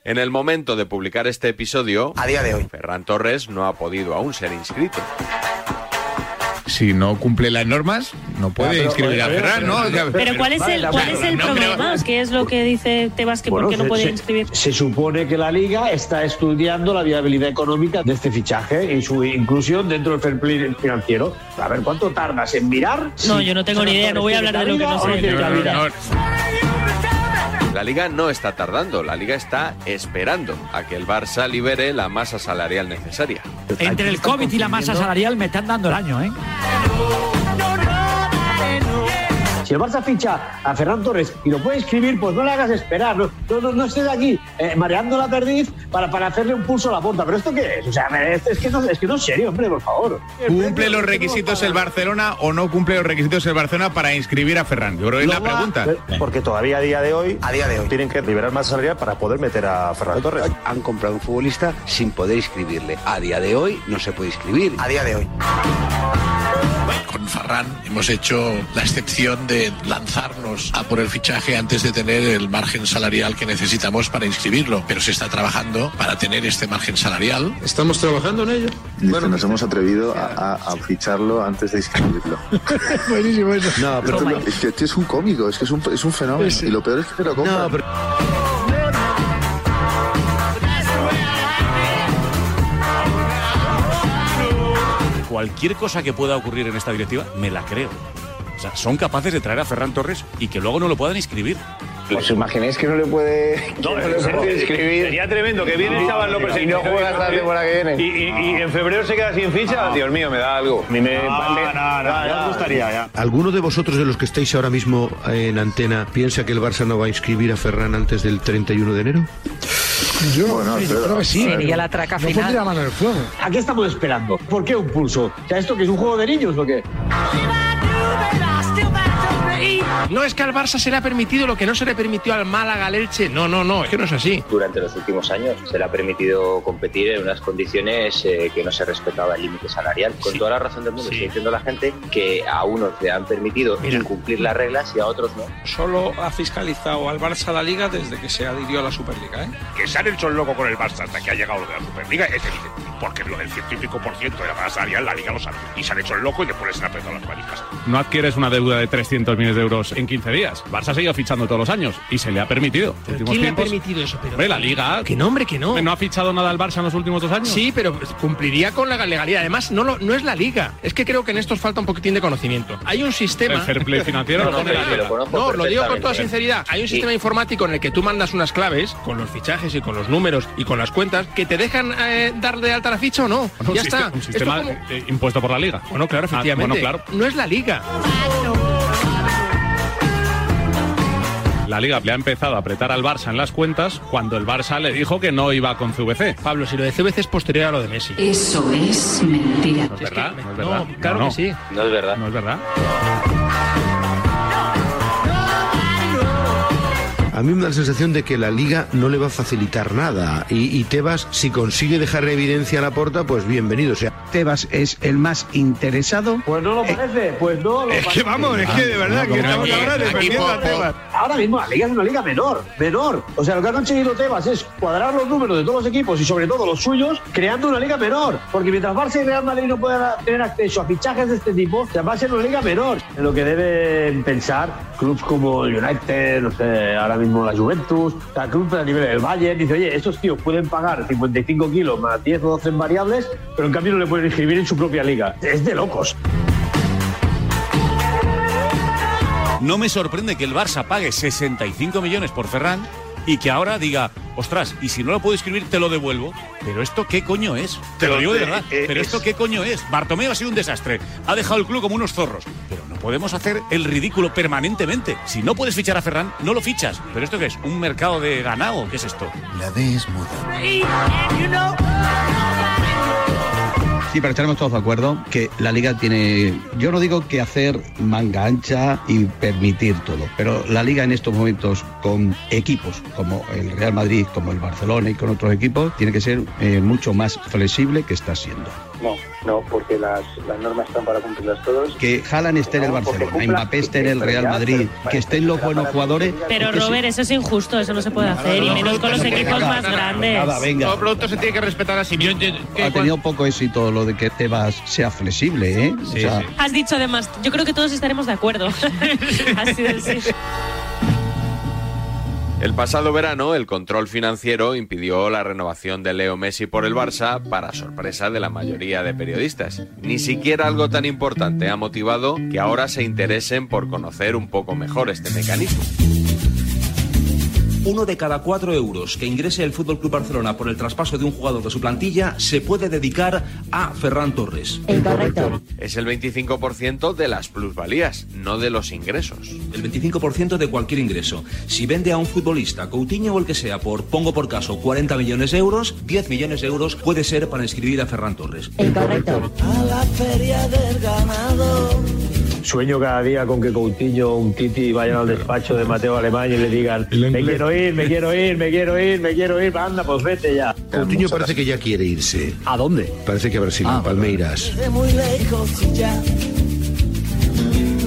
Speaker 2: En el momento de publicar este episodio,
Speaker 11: a día de hoy,
Speaker 2: Ferran Torres no ha podido aún ser inscrito.
Speaker 3: Si no cumple las normas, no puede inscribir a Ferran, ¿no?
Speaker 10: Pero ¿cuál es el, cuál es el problema? ¿Qué es lo que dice Tebas que por qué no puede inscribir?
Speaker 4: Se supone que la liga está estudiando la viabilidad económica de este fichaje y su inclusión dentro del fair play financiero. A ver, ¿cuánto tardas en mirar?
Speaker 10: No, yo no tengo ni idea, no voy a hablar de lo que no sé.
Speaker 2: La liga no está tardando, la liga está esperando a que el Barça libere la masa salarial necesaria.
Speaker 28: Entre el COVID y la masa salarial me están dando el año, ¿eh?
Speaker 4: Si el Barça ficha a Ferran Torres y lo puede inscribir, pues no le hagas esperar. No, no, no, no estés aquí eh, mareando la perdiz para, para hacerle un pulso a la puerta. ¿Pero esto qué es? O sea, es, es que no, es que no es serio, hombre, por favor.
Speaker 3: ¿Cumple los requisitos el Barcelona o no cumple los requisitos el Barcelona para inscribir a Ferran? Yo creo que es la pregunta.
Speaker 11: eh, Porque todavía a día de hoy, a día de hoy, tienen que liberar más salarial para poder meter a Ferran Torres. Han comprado un futbolista sin poder inscribirle. A día de hoy no se puede inscribir. A día de hoy.
Speaker 24: Con Ferran hemos hecho la excepción de lanzarnos a por el fichaje antes de tener el margen salarial que necesitamos para inscribirlo. Pero se está trabajando para tener este margen salarial.
Speaker 3: Estamos trabajando en ello. Bueno, nos hemos atrevido a, a- a ficharlo antes de inscribirlo. Buenísimo eso. No, pero tú- es que es un cómico, es que es un, es un fenómeno. Y lo peor es que te lo compran.
Speaker 6: Cualquier cosa que pueda ocurrir en esta directiva, me la creo. O sea, son capaces de traer a Ferran Torres y que luego no lo puedan inscribir.
Speaker 29: ¿Os imagináis que no le puede,
Speaker 30: No,
Speaker 29: que no le
Speaker 30: sería-
Speaker 29: puede
Speaker 30: Sería tremendo que viene el
Speaker 29: Y-
Speaker 30: chaval López
Speaker 29: y no juegas la temporada que viene. Ah,
Speaker 30: Y, y- y en febrero se queda sin ficha.
Speaker 29: Dios mío, me da algo. A mí me,
Speaker 30: No,
Speaker 29: me-
Speaker 30: no, no,
Speaker 29: me-
Speaker 30: ya os gustaría, ya.
Speaker 20: ¿Alguno de vosotros de los que estáis ahora mismo eh, en antena piensa que el Barça no va a inscribir a Ferran antes del 31 de enero?
Speaker 4: Yo,
Speaker 20: Bueno,
Speaker 4: sí, yo
Speaker 20: pero-
Speaker 4: creo que sí.
Speaker 31: Sería la traca
Speaker 4: No
Speaker 31: final.
Speaker 4: pondría la mano en el fuego. ¿A qué estamos esperando? ¿Por qué un pulso? O sea, ¿esto que es un juego de niños o qué?
Speaker 3: No es que al Barça se le ha permitido lo que no se le permitió al Málaga, al Elche. No, no, no, es que no es así.
Speaker 11: Durante los últimos años se le ha permitido competir en unas condiciones eh, que no se respetaba el límite salarial. Con toda la razón del mundo, sigue diciendo la gente que a unos le han permitido cumplir las reglas y a otros no.
Speaker 16: Solo ha fiscalizado al Barça la Liga desde que se adhirió a la Superliga. ¿eh?
Speaker 32: Que se han hecho el loco con el Barça hasta que ha llegado lo de la Superliga es evidente. Porque lo del científico por ciento de la masa salarial la Liga lo sabe. Y se han hecho el loco y después les han apretado las maricas.
Speaker 2: No adquieres una deuda de 300 millones de euros en 15 días. Barça ha seguido fichando todos los años y se le ha permitido. Últimos
Speaker 3: ¿Quién le ha
Speaker 2: tiempos-
Speaker 3: permitido eso? Pero-
Speaker 2: Hombre, la Liga. Que no, hombre, que no. ¿No ha fichado nada al Barça en los últimos dos años?
Speaker 3: Sí, pero cumpliría con la legalidad. Además, no, lo- no es la liga. Es que creo que en estos falta un poquitín de conocimiento. Hay un sistema.
Speaker 2: El fair play financiero
Speaker 3: No,
Speaker 2: lo pone la
Speaker 3: pero-
Speaker 2: liga.
Speaker 3: pero conozco No, lo digo con toda
Speaker 2: perfectamente.
Speaker 3: sinceridad. Hay un
Speaker 2: Sí.
Speaker 3: sistema informático en el que tú mandas unas claves con los fichajes y con los números y con las cuentas que te dejan eh, dar de alta la ficha o no.
Speaker 2: Bueno, un
Speaker 3: ya
Speaker 2: siste-
Speaker 3: está.
Speaker 2: Un
Speaker 3: Esto
Speaker 2: sistema
Speaker 3: es como-
Speaker 2: eh, impuesto por la Liga. Ah,
Speaker 3: Bueno, claro, efectivamente.
Speaker 2: bueno, claro.
Speaker 3: No es la liga.
Speaker 2: La Liga le ha empezado a apretar al Barça en las cuentas cuando el Barça le dijo que no iba con CVC.
Speaker 3: Pablo, si lo de CVC es posterior a lo de Messi.
Speaker 16: Eso es mentira.
Speaker 2: No es verdad, no es verdad.
Speaker 3: No, claro
Speaker 2: No,
Speaker 3: que sí.
Speaker 2: No es verdad. No es verdad.
Speaker 20: A mí me da la sensación de que la liga no le va a facilitar nada. Y, y Tebas, si consigue dejar evidencia a la puerta, pues bienvenido. sea. Tebas es el más interesado.
Speaker 4: Pues no lo parece, pues no lo Es
Speaker 3: que vamos, es
Speaker 4: Ah,
Speaker 3: que de verdad que estamos ahora defendiendo a Tebas.
Speaker 4: Ahora mismo la liga es una liga menor, menor. O sea, lo que ha conseguido Tebas es cuadrar los números de todos los equipos y sobre todo los suyos, creando una liga menor. Porque mientras Barça y Real Madrid no puedan tener acceso a fichajes de este tipo, la va a ser una liga menor. En lo que deben pensar clubes como el United, no sé, ahora mismo la Juventus, la club a nivel del Bayern, dice, oye, estos tíos pueden pagar 55 kilos más 10 o 12 en variables, pero en cambio no le pueden inscribir en su propia liga. Es de locos.
Speaker 6: No me sorprende que el Barça pague 65 millones por Ferran y que ahora diga, ostras, y si no lo puedo escribir, te lo devuelvo. Pero esto qué coño es? Te lo digo de verdad. Pero esto qué coño es? Bartomeu ha sido un desastre. Ha dejado el club como unos zorros. Pero no podemos hacer el ridículo permanentemente. Si no puedes fichar a Ferran, no lo fichas. ¿Pero esto qué es? ¿Un mercado de ganado? ¿Qué es esto?
Speaker 3: La D es muda.
Speaker 33: Sí, pero estaremos todos de acuerdo que la liga tiene, yo no digo que hacer manga ancha y permitir todo, pero la liga en estos momentos con equipos como el Real Madrid, como el Barcelona y con otros equipos, tiene que ser eh, mucho más flexible que está siendo.
Speaker 34: No, no, porque las, las normas están para cumplirlas todos.
Speaker 33: Que Haaland esté en el Barcelona, Mbappé esté en el Real Madrid, que estén los buenos jugadores.
Speaker 10: Pero
Speaker 33: es que sí.
Speaker 10: Robert, eso es injusto, eso no se puede hacer, y menos con los equipos más
Speaker 33: Nada,
Speaker 10: grandes.
Speaker 33: venga.
Speaker 3: Todo producto se tiene que respetar a sí mismo.
Speaker 33: Ha tenido poco éxito lo de que Tebas sea flexible, ¿eh? O sea,
Speaker 10: Has dicho además, yo creo que todos estaremos de acuerdo. Así de sí.
Speaker 2: El pasado verano, el control financiero impidió la renovación de Leo Messi por el Barça, para sorpresa de la mayoría de periodistas. Ni siquiera algo tan importante ha motivado que ahora se interesen por conocer un poco mejor este mecanismo.
Speaker 35: Uno de cada cuatro euros que ingrese el Fútbol Club Barcelona por el traspaso de un jugador de su plantilla se puede dedicar a Ferran Torres.
Speaker 2: Es el 25% de las plusvalías, no de los ingresos.
Speaker 35: El 25% de cualquier ingreso. Si vende a un futbolista, Coutinho o el que sea, por, pongo por caso, 40 millones de euros, 10 millones de euros puede ser para inscribir a Ferran Torres.
Speaker 32: A la feria del ganado.
Speaker 4: Sueño cada día con que Coutinho o un Titi vayan al despacho de Mateo Alemán y le digan me quiero ir, me quiero ir, me quiero ir, me quiero ir, anda, pues vete ya.
Speaker 20: Coutinho parece que ya quiere irse.
Speaker 33: ¿A dónde?
Speaker 20: Parece que a Brasil, a Palmeiras.
Speaker 32: De muy lejos y ya.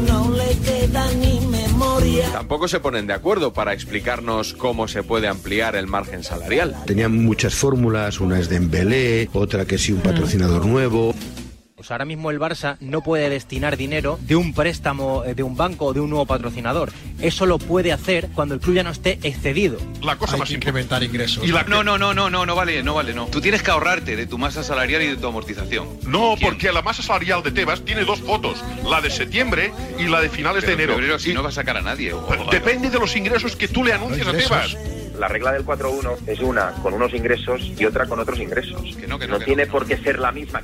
Speaker 32: No le queda ni memoria.
Speaker 2: Tampoco se ponen de acuerdo para explicarnos cómo se puede ampliar el margen salarial.
Speaker 20: Tenían muchas fórmulas, una es de Embelé, otra que sí un patrocinador nuevo.
Speaker 2: O sea, Pues ahora mismo el Barça no puede destinar dinero de un préstamo eh, de un banco o de un nuevo patrocinador. Eso lo puede hacer cuando el club ya no esté excedido.
Speaker 20: La cosa más incrementar ingresos.
Speaker 16: No, no, no, no, no, no vale, no vale, no. Tú tienes que ahorrarte de tu masa salarial y de tu amortización.
Speaker 36: No, porque la masa salarial de Tebas tiene dos fotos, la de septiembre y la de finales
Speaker 16: Pero en
Speaker 36: de enero.
Speaker 16: febrero si no va a sacar a nadie. o- o-
Speaker 36: Depende de los ingresos que tú le anuncias a Tebas.
Speaker 37: La regla del 4-1 es una con unos ingresos y otra con otros ingresos. no, tiene por qué ser la misma.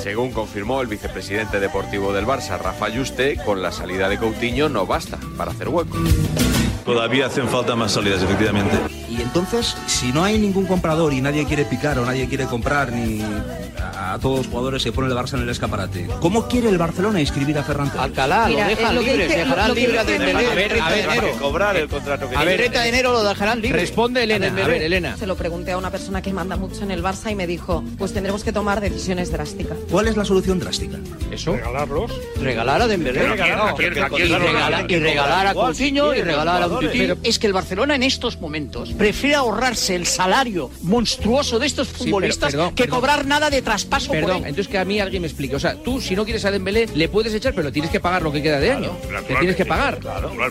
Speaker 2: Según confirmó el vicepresidente deportivo del Barça, Rafa Yuste, con la salida de Coutinho no basta para hacer hueco.
Speaker 20: Todavía hacen falta más salidas, efectivamente.
Speaker 2: Y entonces, si no hay ningún comprador y nadie quiere picar o nadie quiere comprar, ni a todos los jugadores se pone el Barça en el escaparate, ¿cómo quiere el Barcelona inscribir a Ferran Alcalá,
Speaker 38: Mira, es lo que dice- lo que dice-
Speaker 2: A ver, a ver, Nero.
Speaker 20: Cobrar el contrato
Speaker 2: A ver, Responde Elena, a ver, Elena.
Speaker 16: Se lo pregunté a una persona que manda mucho en el Barça y me dijo, pues tendremos que tomar decisiones drásticas.
Speaker 2: ¿Cuál es la solución drástica? ¿Eso?
Speaker 20: Regalarlos.
Speaker 2: Regalar a Dembélé.
Speaker 20: Pero ¿a quién? ¿A quién?
Speaker 2: Y regalar- y regalar a Coutinho y regalar a un tití.
Speaker 4: Pero es que el Barcelona en estos momentos prefiere ahorrarse el salario monstruoso de estos
Speaker 2: pero,
Speaker 4: futbolistas
Speaker 2: perdón,
Speaker 4: que
Speaker 2: perdón.
Speaker 4: cobrar nada de traspaso por
Speaker 2: Perdón,
Speaker 4: él.
Speaker 2: entonces que a mí alguien me explique. O sea, tú si no quieres a Dembélé, le puedes echar, pero le tienes que pagar lo que queda de año. Le tienes que pagar.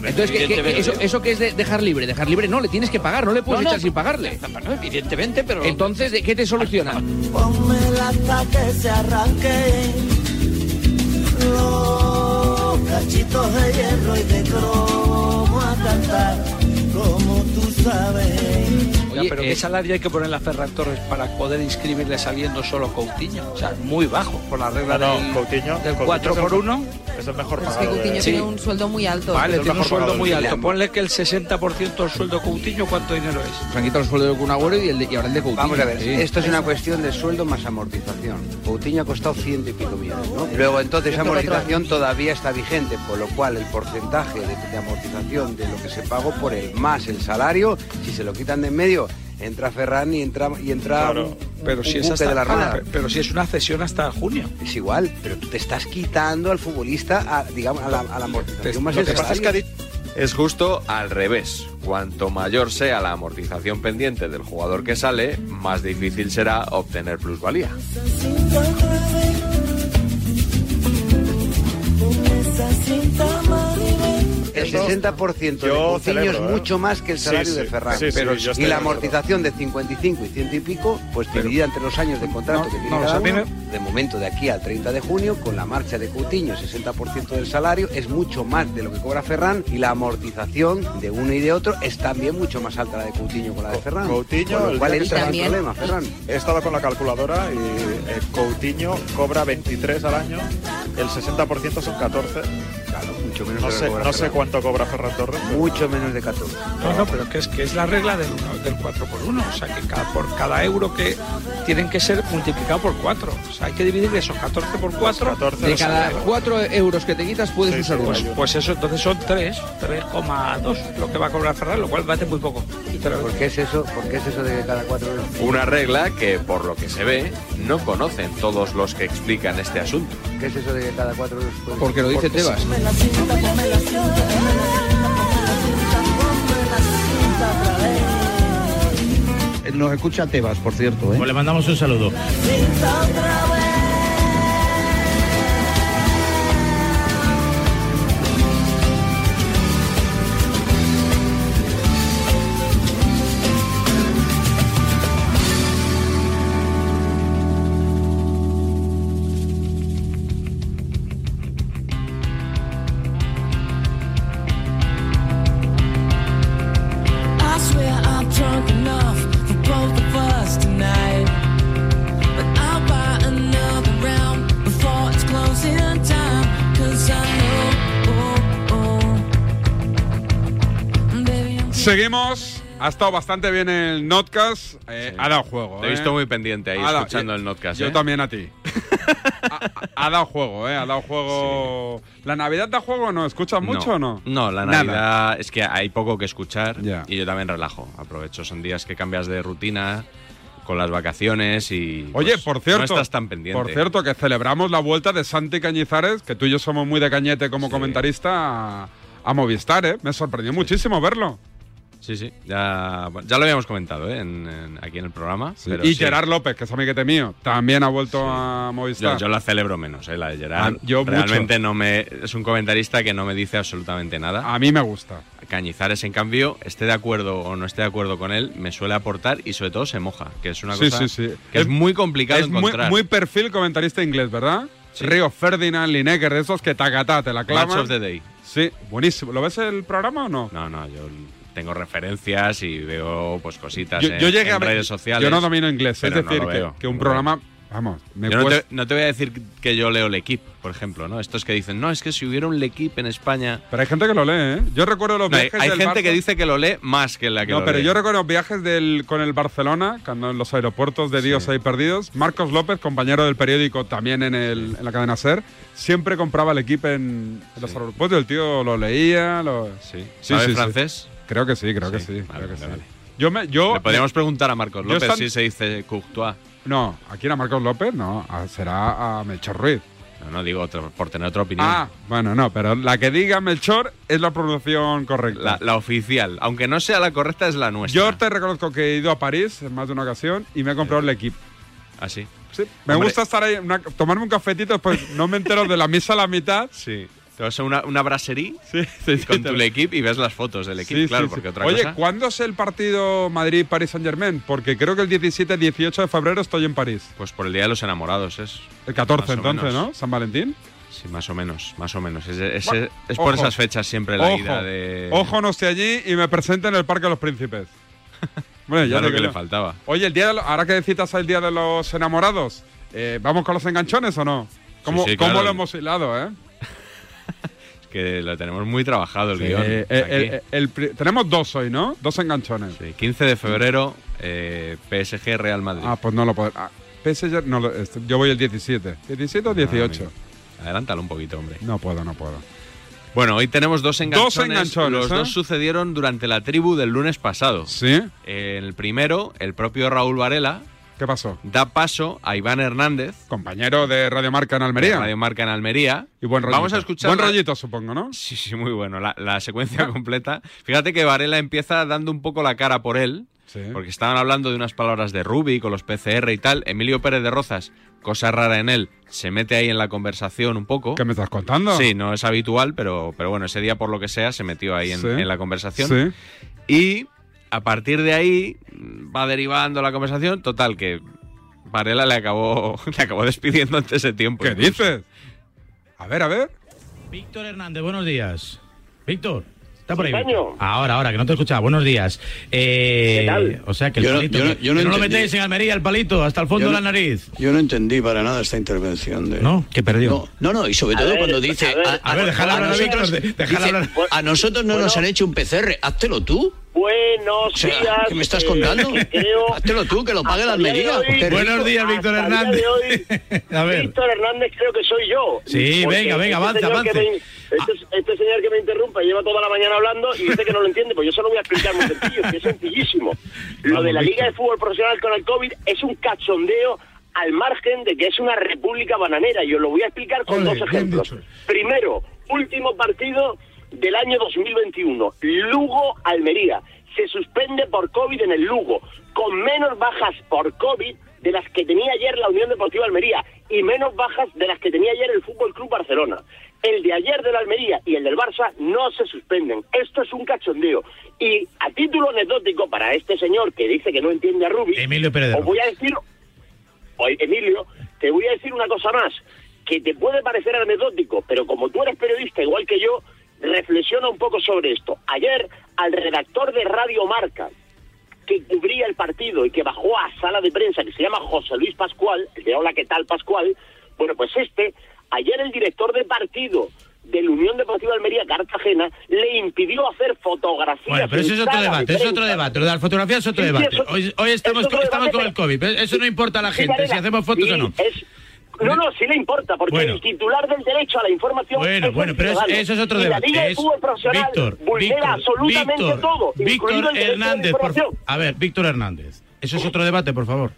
Speaker 2: Entonces, ¿qué- qué- qué- eso, eso que es de dejar libre? Dejar libre no, le tienes que pagar, no le puedes
Speaker 4: No, no,
Speaker 2: echar sin pagarle.
Speaker 4: evidentemente, pero...
Speaker 2: Entonces, ¿de ¿qué te soluciona?
Speaker 3: Ponme hasta que se arranque los cachitos de hierro y de cromo a cantar como tú sabes.
Speaker 11: Oye, pero
Speaker 2: eh,
Speaker 11: ¿qué salario hay que ponerle a Ferran Torres para poder inscribirle saliendo solo Coutinho? O sea, muy bajo, por la regla
Speaker 20: No,
Speaker 11: del,
Speaker 20: no, Coutinho-
Speaker 11: del
Speaker 20: Coutinho
Speaker 11: 4
Speaker 20: es el-
Speaker 11: por 1.
Speaker 20: Es el mejor
Speaker 16: Es que Coutinho tiene un sueldo muy alto.
Speaker 11: Vale, tiene un sueldo muy alto.
Speaker 2: Milán.
Speaker 11: Ponle que el 60% del sueldo Coutinho, ¿cuánto dinero es?
Speaker 2: Franquito el sueldo de Kun Agüero y, el de- y ahora el de Coutinho.
Speaker 3: Vamos a ver,
Speaker 2: Sí.
Speaker 3: esto es una cuestión de sueldo más amortización. Coutinho ha costado ciento y pico millones, ¿no? Luego, entonces, esa Esto lo amortización todavía está vigente, por lo cual el porcentaje de, de amortización de lo que se pagó por él más el salario, si se lo quitan de en medio, entra Ferran y entra y entra un-
Speaker 11: Pero
Speaker 3: un
Speaker 11: si, es
Speaker 3: buque
Speaker 11: hasta- Ah,
Speaker 3: de la Armada.
Speaker 11: pero- pero si es una cesión hasta junio.
Speaker 3: Es igual, pero tú te estás quitando al futbolista, a, digamos, a la, a la amortización más el salario.
Speaker 2: Es justo al revés. Cuanto mayor sea la amortización pendiente del jugador que sale, más difícil será obtener plusvalía.
Speaker 3: El 60% de
Speaker 20: Yo
Speaker 3: Coutinho
Speaker 20: celebro,
Speaker 3: es
Speaker 20: ¿eh?
Speaker 3: mucho más que el
Speaker 20: Sí,
Speaker 3: salario
Speaker 20: sí.
Speaker 3: de Ferran.
Speaker 20: Sí, sí,
Speaker 3: Pero-
Speaker 20: yo estoy
Speaker 3: y
Speaker 20: de
Speaker 3: la
Speaker 20: acuerdo.
Speaker 3: amortización de 55 y 100 y pico, pues dividida entre los años de contrato que tiene no, cada o sea, uno. a mí De momento, de aquí al 30 de junio, con la marcha de Coutinho, 60% del salario es mucho más de lo que cobra Ferran y la amortización de uno y de otro es también mucho más alta la de Coutinho con la de Ferran.
Speaker 20: Coutinho,
Speaker 3: con
Speaker 20: el
Speaker 3: lo cual
Speaker 20: día que
Speaker 3: entra en
Speaker 20: también-
Speaker 3: problema, Ferran.
Speaker 20: He estado con la calculadora y eh, Coutinho cobra 23 al año, el 60% son 14. Claro, mucho
Speaker 3: menos
Speaker 20: No
Speaker 3: de lo
Speaker 20: sé,
Speaker 3: que cobra
Speaker 20: no sé
Speaker 3: Ferran.
Speaker 20: cuánto cobra Ferran Torres.
Speaker 3: Mucho menos de 14.
Speaker 11: No, no, pero que es que es la regla del, uno- del 4 por 1. O sea, que cada, por cada euro que tienen que ser multiplicado por 4. O sea, hay que dividir esos 14 por 4.
Speaker 2: De cada 4 euros que te quitas puedes usar uno.
Speaker 11: Pues, pues eso, entonces son 3, 3,2 lo que va a cobrar Ferran, lo cual bate muy poco. ¿Por
Speaker 3: qué es eso? ¿Por qué es eso de cada cuatro euros?
Speaker 2: Una regla que, por lo que se ve, no conocen todos los que explican este asunto.
Speaker 3: ¿Qué es eso de cada cuatro euros?
Speaker 2: Porque lo dice Tebas.
Speaker 39: Nos escucha Tebas, por cierto. ¿eh?
Speaker 40: Pues le mandamos un saludo.
Speaker 3: I swear I'm drunk enough for both of us tonight. But I'll buy another round before it's closing time. Cause I know, oh,
Speaker 1: Seguimos. Ha estado bastante bien el Notcast. Eh, Ha dado juego.
Speaker 41: Te he
Speaker 1: ¿eh?
Speaker 41: visto muy pendiente ahí,
Speaker 1: Ha dado-
Speaker 41: escuchando el Notcast.
Speaker 1: Yo
Speaker 41: ¿eh?
Speaker 1: también a ti. ha, ha dado juego, ¿eh? Ha dado juego. ¿La Navidad da juego o no? ¿Escuchas mucho o no?
Speaker 41: No, la
Speaker 1: Nada.
Speaker 41: Navidad es que hay poco que escuchar y yo también relajo. Aprovecho, son días que cambias de rutina con las vacaciones y.
Speaker 1: Oye,
Speaker 41: pues,
Speaker 1: por cierto,
Speaker 41: No estás tan pendiente.
Speaker 1: por cierto, que celebramos la vuelta de Santi Cañizares, que tú y yo somos muy de cañete como comentarista a, a Movistar, ¿eh? Me sorprendió muchísimo verlo.
Speaker 2: Sí, sí. Ya, bueno, ya lo habíamos comentado ¿eh? en- en- aquí en el programa. pero
Speaker 1: y
Speaker 2: sí.
Speaker 1: Gerard López, que es amiguete mío, también ha vuelto a
Speaker 2: Yo,
Speaker 1: Movistar.
Speaker 2: yo la celebro menos, ¿eh? la de Gerard.
Speaker 1: Ah, yo mucho.
Speaker 2: Realmente no me. Es un comentarista que no me dice absolutamente nada.
Speaker 1: A mí me gusta.
Speaker 2: Cañizares, en cambio, esté de acuerdo o no esté de acuerdo con él, me suele aportar y sobre todo se moja, que es una
Speaker 1: Sí, sí,
Speaker 2: cosa
Speaker 1: sí.
Speaker 2: que es, muy complicado
Speaker 1: Es muy,
Speaker 2: encontrar.
Speaker 1: muy perfil comentarista inglés, ¿verdad? Río Ferdinand, Lineker, de esos que tacatá, te la clavan.
Speaker 2: Match of the day.
Speaker 1: Sí, buenísimo. ¿Lo ves el programa o no?
Speaker 2: No, no, yo tengo referencias y veo pues cositas
Speaker 1: Yo,
Speaker 2: en,
Speaker 1: yo llegué
Speaker 2: en
Speaker 1: a ver-
Speaker 2: redes sociales.
Speaker 1: Yo no domino inglés,
Speaker 2: pero
Speaker 1: es
Speaker 2: no
Speaker 1: decir,
Speaker 2: lo
Speaker 1: que-
Speaker 2: veo,
Speaker 1: que, un
Speaker 2: no lo
Speaker 1: programa. Vamos, me
Speaker 2: Yo no te,
Speaker 1: cuesta.
Speaker 2: no te voy a decir que yo leo el equipo, por ejemplo, ¿no? Estos que dicen, no, es que si hubiera un equipo en España.
Speaker 1: Pero hay gente que lo lee, ¿eh? Yo recuerdo los
Speaker 2: No, hay
Speaker 1: viajes
Speaker 2: hay
Speaker 1: del
Speaker 2: gente
Speaker 1: Barça-
Speaker 2: que dice que lo lee más que la que
Speaker 1: No,
Speaker 2: lo
Speaker 1: pero
Speaker 2: lee.
Speaker 1: yo recuerdo los viajes del, con el Barcelona, cuando en los aeropuertos de Dios hay perdidos. Marcos López, compañero del periódico también en, el, en la cadena Ser, siempre compraba el equipo en, en los aeropuertos. El tío lo leía. Lo... Sí.
Speaker 2: ¿Sabe francés?
Speaker 1: Creo que sí, creo que sí. creo que sí. Yo me, yo,
Speaker 2: Le podríamos preguntar a Marcos
Speaker 1: Yo
Speaker 2: López
Speaker 1: están-
Speaker 2: si se dice Courtois.
Speaker 1: No, aquí era Marcos López, no, a- será a Melchor Ruiz.
Speaker 2: No, no digo otro, por tener otra opinión.
Speaker 1: Ah, bueno, no, pero la que diga Melchor es la pronunciación correcta.
Speaker 2: la, la oficial. Aunque no sea la correcta, es la nuestra.
Speaker 1: Yo te reconozco que he ido a París en más de una ocasión y me he comprado el equipo.
Speaker 2: Así.
Speaker 1: ¿Ah, Sí, me
Speaker 2: Hombre.
Speaker 1: gusta estar ahí, una- tomarme un cafetito, pues no me entero de la misa a la mitad.
Speaker 2: Sí. Te vas a una, una brasserie con tu equipo y ves las fotos del equipo,
Speaker 1: Sí,
Speaker 2: claro,
Speaker 1: sí, sí.
Speaker 2: porque otra
Speaker 1: Oye,
Speaker 2: cosa.
Speaker 1: ¿cuándo es el partido Madrid-Paris Saint-Germain? Porque creo que el 17-18 de febrero estoy en París.
Speaker 2: Pues por el Día de los Enamorados es.
Speaker 1: El 14
Speaker 2: Más o
Speaker 1: entonces,
Speaker 2: menos.
Speaker 1: ¿no? San Valentín.
Speaker 2: Sí, más o menos, más o menos. Es, es-
Speaker 1: Bueno,
Speaker 2: es por
Speaker 1: ojo.
Speaker 2: esas fechas siempre la
Speaker 1: Ojo. Oh,
Speaker 2: ida de.
Speaker 1: Ojo, no esté allí y me presente en el Parque de los Príncipes. Bueno,
Speaker 2: ya
Speaker 1: ya
Speaker 2: lo
Speaker 1: te
Speaker 2: que le
Speaker 1: creo.
Speaker 2: faltaba.
Speaker 1: Oye, el día de lo- ahora que citas el Día de los Enamorados, eh, ¿vamos con los enganchones o no? ¿Cómo,
Speaker 2: Sí, sí,
Speaker 1: cómo
Speaker 2: claro.
Speaker 1: lo hemos hilado, eh?
Speaker 2: Es que lo tenemos muy trabajado el
Speaker 1: Sí,
Speaker 2: guión.
Speaker 1: eh,
Speaker 2: aquí.
Speaker 1: el- el pri- tenemos dos hoy, ¿no? Dos enganchones.
Speaker 2: 15 de febrero, eh, PSG Real Madrid.
Speaker 1: Ah, pues no lo puedo. ah, PSG no lo- este, yo voy el 17. ¿17
Speaker 2: Ah,
Speaker 1: o 18?
Speaker 2: Adelántalo un poquito, hombre.
Speaker 1: No puedo, no puedo.
Speaker 2: Bueno, hoy tenemos dos enganchones.
Speaker 1: enganchones,
Speaker 2: Los
Speaker 1: ¿eh?
Speaker 2: dos sucedieron durante la tribu del lunes pasado.
Speaker 1: Sí.
Speaker 2: El primero, el propio Raúl Varela,
Speaker 1: ¿Qué pasó?
Speaker 2: da paso a Iván Hernández.
Speaker 1: Compañero de Radio Marca en Almería.
Speaker 2: de Radio Marca en Almería.
Speaker 1: Y buen rollito.
Speaker 2: Vamos a escuchar.
Speaker 1: Buen
Speaker 2: la-
Speaker 1: rollito, supongo, ¿no?
Speaker 2: Sí, sí, muy bueno. La, la secuencia completa. Fíjate que Varela empieza dando un poco la cara por él, porque estaban hablando de unas palabras de Rubi con los PCR y tal. Emilio Pérez de Rozas, cosa rara en él, se mete ahí en la conversación un poco.
Speaker 1: ¿Qué me estás contando?
Speaker 2: Sí, no es habitual, pero, pero bueno, ese día por lo que sea se metió ahí en,
Speaker 1: Sí.
Speaker 2: en la conversación.
Speaker 1: Sí.
Speaker 2: Y a partir de ahí mm, va derivando la conversación. Total, que Varela le acabó, le acabó despidiendo antes de tiempo.
Speaker 1: ¿Qué
Speaker 2: incluso.
Speaker 1: dices? A ver, a ver.
Speaker 9: Víctor Hernández, buenos días. Víctor, está por ahí.
Speaker 11: Sí,
Speaker 9: Víctor? Ahora, ahora, que no te escuchaba. Buenos días. Eh,
Speaker 11: ¿Qué tal?
Speaker 9: O sea, que el
Speaker 11: Yo no-
Speaker 9: palito.
Speaker 11: yo no-
Speaker 9: que-
Speaker 11: yo no
Speaker 9: que lo
Speaker 11: entendí.
Speaker 9: metéis en Almería, el palito, hasta el fondo
Speaker 11: Yo no-
Speaker 9: de la nariz.
Speaker 11: Yo no entendí para nada esta intervención. De...
Speaker 9: No, que perdió.
Speaker 11: No, no, no, y sobre
Speaker 9: A
Speaker 11: todo
Speaker 9: ver,
Speaker 11: cuando dice.
Speaker 9: a ver, a ver, déjala hablar a
Speaker 11: nosotros-
Speaker 9: Víctor, de- déjala
Speaker 11: dice,
Speaker 9: hablar.
Speaker 11: A nosotros no nos han hecho un PCR, háztelo tú. Buenos
Speaker 9: días,
Speaker 11: ¿Qué me estás
Speaker 9: eh,
Speaker 11: contando?
Speaker 9: creo-
Speaker 11: Háztelo tú, que lo pague la
Speaker 9: hasta el día
Speaker 11: Almería.
Speaker 9: de hoy-
Speaker 11: Qué rico.
Speaker 9: Buenos días, Víctor
Speaker 11: Hasta el día
Speaker 9: Hernández.
Speaker 11: de hoy
Speaker 9: A ver.
Speaker 11: Víctor
Speaker 42: Hernández creo que soy yo.
Speaker 9: Sí,
Speaker 42: Porque
Speaker 9: venga, venga, avance,
Speaker 42: señor
Speaker 9: avance. Ah.
Speaker 42: que me- este, este señor que me interrumpe lleva toda la mañana hablando y dice que no lo entiende, pues yo se lo voy a explicar muy sencillo, que es sencillísimo. Lo
Speaker 43: Vamos,
Speaker 42: de la Liga
Speaker 43: Víctor.
Speaker 42: de Fútbol Profesional con el COVID es un cachondeo al margen de que es una república bananera. Yo lo voy a explicar con dos ejemplos. Primero, último partido del año 2021, Lugo-Almería. Se suspende por COVID en el Lugo, con menos bajas por COVID de las que tenía ayer la Unión Deportiva Almería y menos bajas de las que tenía ayer el Fútbol Club Barcelona. El de ayer del Almería y el del Barça no se suspenden. Esto es un cachondeo. Y a título anecdótico para este señor que dice que no entiende a Rubi,
Speaker 9: Emilio Pérez de
Speaker 42: os voy a decir Oye, Emilio, te voy a decir una cosa más, que te puede parecer anecdótico, pero como tú eres periodista igual que yo, reflexiona un poco sobre esto. Ayer, al redactor de Radio Marca, que cubría el partido y que bajó a sala de prensa, que se llama José Luis Pascual, el de Hola, ¿qué tal, Pascual? Bueno, pues este, ayer el director de partido de la Unión Deportiva Almería Cartagena le impidió hacer fotografías.
Speaker 9: Bueno, pero eso
Speaker 42: en
Speaker 9: es otro
Speaker 42: sala de
Speaker 9: debate, es otro
Speaker 42: prensa.
Speaker 9: debate. Lo de la fotografía es otro
Speaker 42: Sí, sí,
Speaker 9: debate.
Speaker 42: eso-
Speaker 9: Hoy, hoy estamos,
Speaker 42: es
Speaker 9: con,
Speaker 42: otro
Speaker 9: estamos
Speaker 42: debate,
Speaker 9: con el COVID, pero eso no importa a la
Speaker 42: Sí,
Speaker 9: gente, si
Speaker 42: Varela,
Speaker 9: hacemos fotos
Speaker 42: sí,
Speaker 9: o no.
Speaker 42: es- no, no, sí le importa, porque
Speaker 9: Bueno.
Speaker 42: el titular del derecho a la información.
Speaker 9: Bueno,
Speaker 42: es
Speaker 9: bueno,
Speaker 42: el
Speaker 9: pero es-
Speaker 42: ciudadano.
Speaker 9: eso es otro
Speaker 42: Y
Speaker 9: debate,
Speaker 42: La Liga de
Speaker 9: es-
Speaker 42: Fútbol Profesional
Speaker 9: Víctor,
Speaker 42: vulnera
Speaker 9: Víctor,
Speaker 42: absolutamente
Speaker 9: Víctor,
Speaker 42: todo, incluido
Speaker 9: Víctor
Speaker 42: el derecho a la
Speaker 9: Hernández, por
Speaker 42: información.
Speaker 9: fa- A ver, Víctor Hernández. Eso es otro debate, por favor.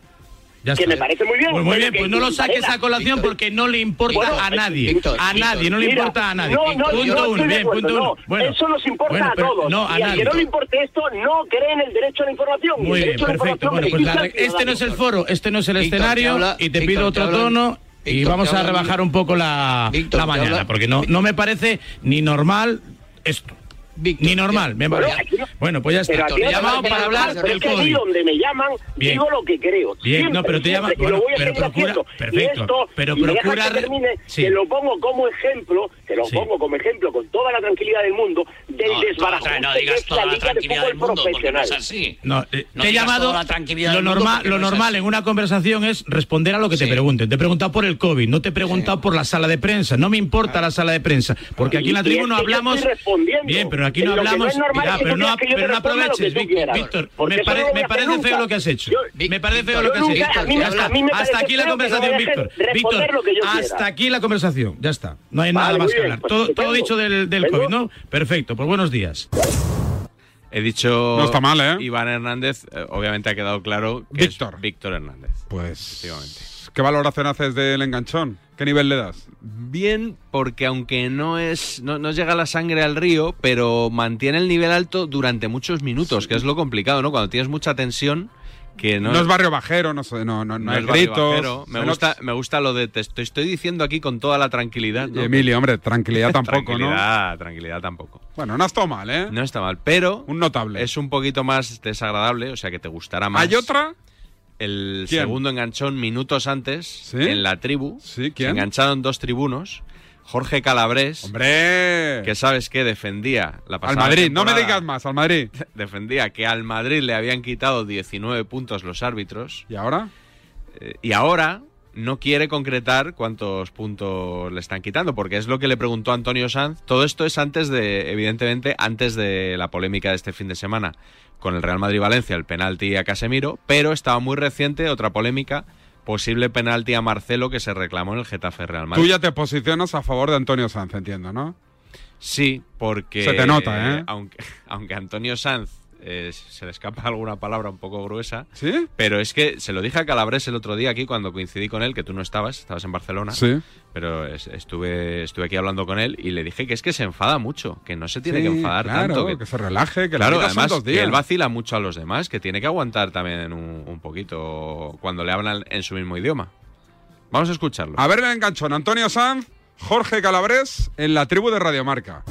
Speaker 9: Ya
Speaker 42: que
Speaker 9: está.
Speaker 42: me parece muy bien.
Speaker 9: Pues muy
Speaker 42: pero
Speaker 9: bien,
Speaker 42: que
Speaker 9: pues no lo
Speaker 42: Quintana-
Speaker 9: saques a colación porque no le importa
Speaker 42: Bueno,
Speaker 9: a nadie.
Speaker 42: Víctor,
Speaker 9: a
Speaker 42: Víctor,
Speaker 9: nadie, no le
Speaker 42: mira,
Speaker 9: importa a nadie.
Speaker 42: No, no,
Speaker 9: punto
Speaker 42: no,
Speaker 9: uno,
Speaker 42: estoy de
Speaker 9: bien,
Speaker 42: acuerdo,
Speaker 9: punto
Speaker 42: no.
Speaker 9: uno. Bueno,
Speaker 42: eso nos importa
Speaker 9: bueno,
Speaker 42: a
Speaker 9: pero
Speaker 42: todos.
Speaker 9: No, a
Speaker 42: y al
Speaker 9: nadie.
Speaker 42: que no le importe esto, no cree en el derecho a la información.
Speaker 9: Muy
Speaker 42: el
Speaker 9: bien,
Speaker 42: derecho a la
Speaker 9: perfecto.
Speaker 42: información
Speaker 9: Bueno, pues
Speaker 42: beneficia
Speaker 9: la
Speaker 42: al
Speaker 9: re- este no es el foro, este no es el
Speaker 11: Víctor,
Speaker 9: escenario
Speaker 11: te habla-
Speaker 9: y te
Speaker 11: Víctor,
Speaker 9: pido
Speaker 11: te
Speaker 9: otro
Speaker 11: habla-
Speaker 9: tono y
Speaker 11: Víctor,
Speaker 9: vamos
Speaker 11: te
Speaker 9: a
Speaker 11: habla-
Speaker 9: rebajar un poco la,
Speaker 11: Víctor,
Speaker 9: la
Speaker 11: te
Speaker 9: mañana,
Speaker 11: habla-
Speaker 9: porque no, no me parece ni normal esto. ni normal, me
Speaker 42: Pero
Speaker 9: parece.
Speaker 42: aquí no-
Speaker 9: Bueno, pues ya está.
Speaker 42: Pero a ti
Speaker 9: Te
Speaker 42: no
Speaker 9: he
Speaker 42: te
Speaker 9: llamado
Speaker 42: van a
Speaker 9: para hablar
Speaker 42: llamar, pero
Speaker 9: del
Speaker 42: es que allí
Speaker 9: COVID.
Speaker 42: donde me llaman,
Speaker 9: Bien.
Speaker 42: digo lo que creo.
Speaker 9: Bien, no, pero te llaman-
Speaker 42: llaman
Speaker 9: bueno,
Speaker 42: lo voy a
Speaker 9: pero
Speaker 42: seguir
Speaker 9: procura-
Speaker 42: haciendo.
Speaker 9: perfecto,
Speaker 42: Y esto,
Speaker 9: pero
Speaker 42: y me dejas
Speaker 9: procura-
Speaker 42: que termine,
Speaker 9: sí.
Speaker 42: que lo pongo como ejemplo, que lo
Speaker 9: Sí.
Speaker 42: pongo como ejemplo con toda la tranquilidad del mundo, del
Speaker 11: No,
Speaker 42: desbarajuste
Speaker 11: no
Speaker 42: que
Speaker 11: digas
Speaker 42: es
Speaker 11: toda la
Speaker 42: liga de
Speaker 11: tranquilidad
Speaker 42: fútbol
Speaker 11: del mundo, porque no es
Speaker 42: profesional.
Speaker 11: así.
Speaker 9: No, eh,
Speaker 11: No
Speaker 9: te he
Speaker 11: digas
Speaker 9: llamado.
Speaker 11: toda la tranquilidad
Speaker 9: lo
Speaker 11: del mundo
Speaker 9: normal,
Speaker 11: porque
Speaker 9: lo
Speaker 11: no es
Speaker 9: normal
Speaker 11: así.
Speaker 9: en una conversación es responder a lo que te pregunten. Te he preguntado por el COVID, no te he preguntado por la sala de prensa. No me importa la sala de prensa, porque aquí en la
Speaker 42: Y- y
Speaker 9: tribuna
Speaker 42: es que yo
Speaker 9: hablamos.
Speaker 42: estoy respondiendo.
Speaker 9: Bien, pero aquí
Speaker 42: En
Speaker 9: no
Speaker 42: lo que
Speaker 9: hablamos.
Speaker 42: es normal
Speaker 9: Ya,
Speaker 42: es que
Speaker 9: pero
Speaker 42: tú
Speaker 9: no,
Speaker 42: quieras que yo te
Speaker 9: pero no
Speaker 42: responda lo
Speaker 9: aproveches,
Speaker 42: que tú
Speaker 9: Vic-
Speaker 42: quieras.
Speaker 9: Víctor.
Speaker 42: Porque
Speaker 9: me
Speaker 42: eso no
Speaker 9: pare-
Speaker 42: lo voy
Speaker 9: me
Speaker 42: a hacer
Speaker 9: parece feo
Speaker 42: nunca.
Speaker 9: lo que has hecho.
Speaker 42: Yo-
Speaker 9: me parece feo
Speaker 42: Víctor,
Speaker 9: lo que has
Speaker 42: yo
Speaker 9: hecho.
Speaker 42: nunca- a mí me-
Speaker 9: Ya está.
Speaker 42: a mí me
Speaker 9: Hasta
Speaker 42: parece
Speaker 9: aquí la
Speaker 42: feo que me
Speaker 9: conversación,
Speaker 42: dejes
Speaker 9: Víctor.
Speaker 42: responder
Speaker 9: Víctor,
Speaker 42: lo que yo quiera.
Speaker 9: hasta aquí la conversación. Ya está. No hay
Speaker 42: Vale,
Speaker 9: nada
Speaker 42: muy
Speaker 9: más que
Speaker 42: bien,
Speaker 9: hablar.
Speaker 42: pues
Speaker 9: Todo todo
Speaker 42: estupendo.
Speaker 9: dicho del del
Speaker 42: Vengo.
Speaker 9: COVID, ¿no? Perfecto, pues buenos días.
Speaker 2: He dicho.
Speaker 9: No está mal, ¿eh?
Speaker 2: Iván Hernández, eh, obviamente ha quedado claro que Víctor. es Víctor Hernández.
Speaker 1: Pues,
Speaker 2: Efectivamente.
Speaker 1: ¿qué valoración haces del enganchón? ¿Qué nivel le das?
Speaker 2: Bien, porque aunque no es. No, no llega la sangre al río, pero mantiene el nivel alto durante muchos minutos, que es lo complicado, ¿no? Cuando tienes mucha tensión, que no.
Speaker 1: No, es barrio bajero, no sé, no, no, no,
Speaker 2: no
Speaker 1: hay
Speaker 2: es barrio
Speaker 1: gritos.
Speaker 2: bajero. Me
Speaker 1: se nota-
Speaker 2: gusta, me gusta lo de te estoy, estoy diciendo aquí con toda la tranquilidad. ¿no?
Speaker 1: Y Emilio, hombre, tranquilidad tampoco,
Speaker 2: tranquilidad, tranquilidad tampoco.
Speaker 1: ¿no? Bueno, no ha estado mal, ¿eh?
Speaker 2: No está mal, pero.
Speaker 1: Un notable.
Speaker 2: Es un poquito más desagradable, o sea que te gustará más.
Speaker 1: ¿Hay otra?
Speaker 2: El
Speaker 1: ¿Quién?
Speaker 2: segundo enganchón minutos antes en la tribu. Se engancharon dos tribunos. Jorge Calabrés.
Speaker 1: ¡Hombre!
Speaker 2: Que sabes que defendía la
Speaker 1: Al
Speaker 2: pasada.
Speaker 1: Madrid, no me
Speaker 2: temporada,
Speaker 1: digas más, al Madrid.
Speaker 2: Defendía que al Madrid le habían quitado 19 puntos los árbitros.
Speaker 1: ¿Y ahora?
Speaker 2: Eh, y ahora no quiere concretar cuántos puntos le están quitando, porque es lo que le preguntó Antonio Sanz. Todo esto es antes de, evidentemente, antes de la polémica de este fin de semana con el Real Madrid-Valencia, el penalti a Casemiro, pero estaba muy reciente otra polémica, posible penalti a Marcelo que se reclamó en el Getafe-Real Madrid.
Speaker 1: Tú ya te posicionas a favor de Antonio Sanz, entiendo, ¿no?
Speaker 2: Sí, porque.
Speaker 1: Se te nota, ¿eh?
Speaker 2: Aunque, aunque Antonio Sanz eh, se le escapa alguna palabra un poco gruesa.
Speaker 1: ¿Sí?
Speaker 2: Pero es que se lo dije a Calabres el otro día aquí cuando coincidí con él, que tú no estabas, estabas en Barcelona.
Speaker 1: Sí.
Speaker 2: Pero es- estuve, estuve aquí hablando con él y le dije que es que se enfada mucho, que no se tiene que
Speaker 1: Sí,
Speaker 2: enfadar
Speaker 1: claro,
Speaker 2: tanto.
Speaker 1: que se relaje, que la
Speaker 2: claro,
Speaker 1: vida son
Speaker 2: además,
Speaker 1: dos días.
Speaker 2: que él vacila mucho a los demás, que tiene que aguantar también un, un poquito cuando le hablan en su mismo idioma. Vamos a escucharlo.
Speaker 1: A ver el enganchón. Antonio Sanz, Jorge Calabrés en la tribu de Radiomarca.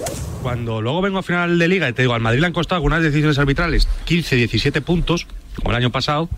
Speaker 3: Cuando luego vengo a final de liga y te digo, al Madrid le han costado algunas decisiones arbitrales 15, 17 puntos, como el año pasado.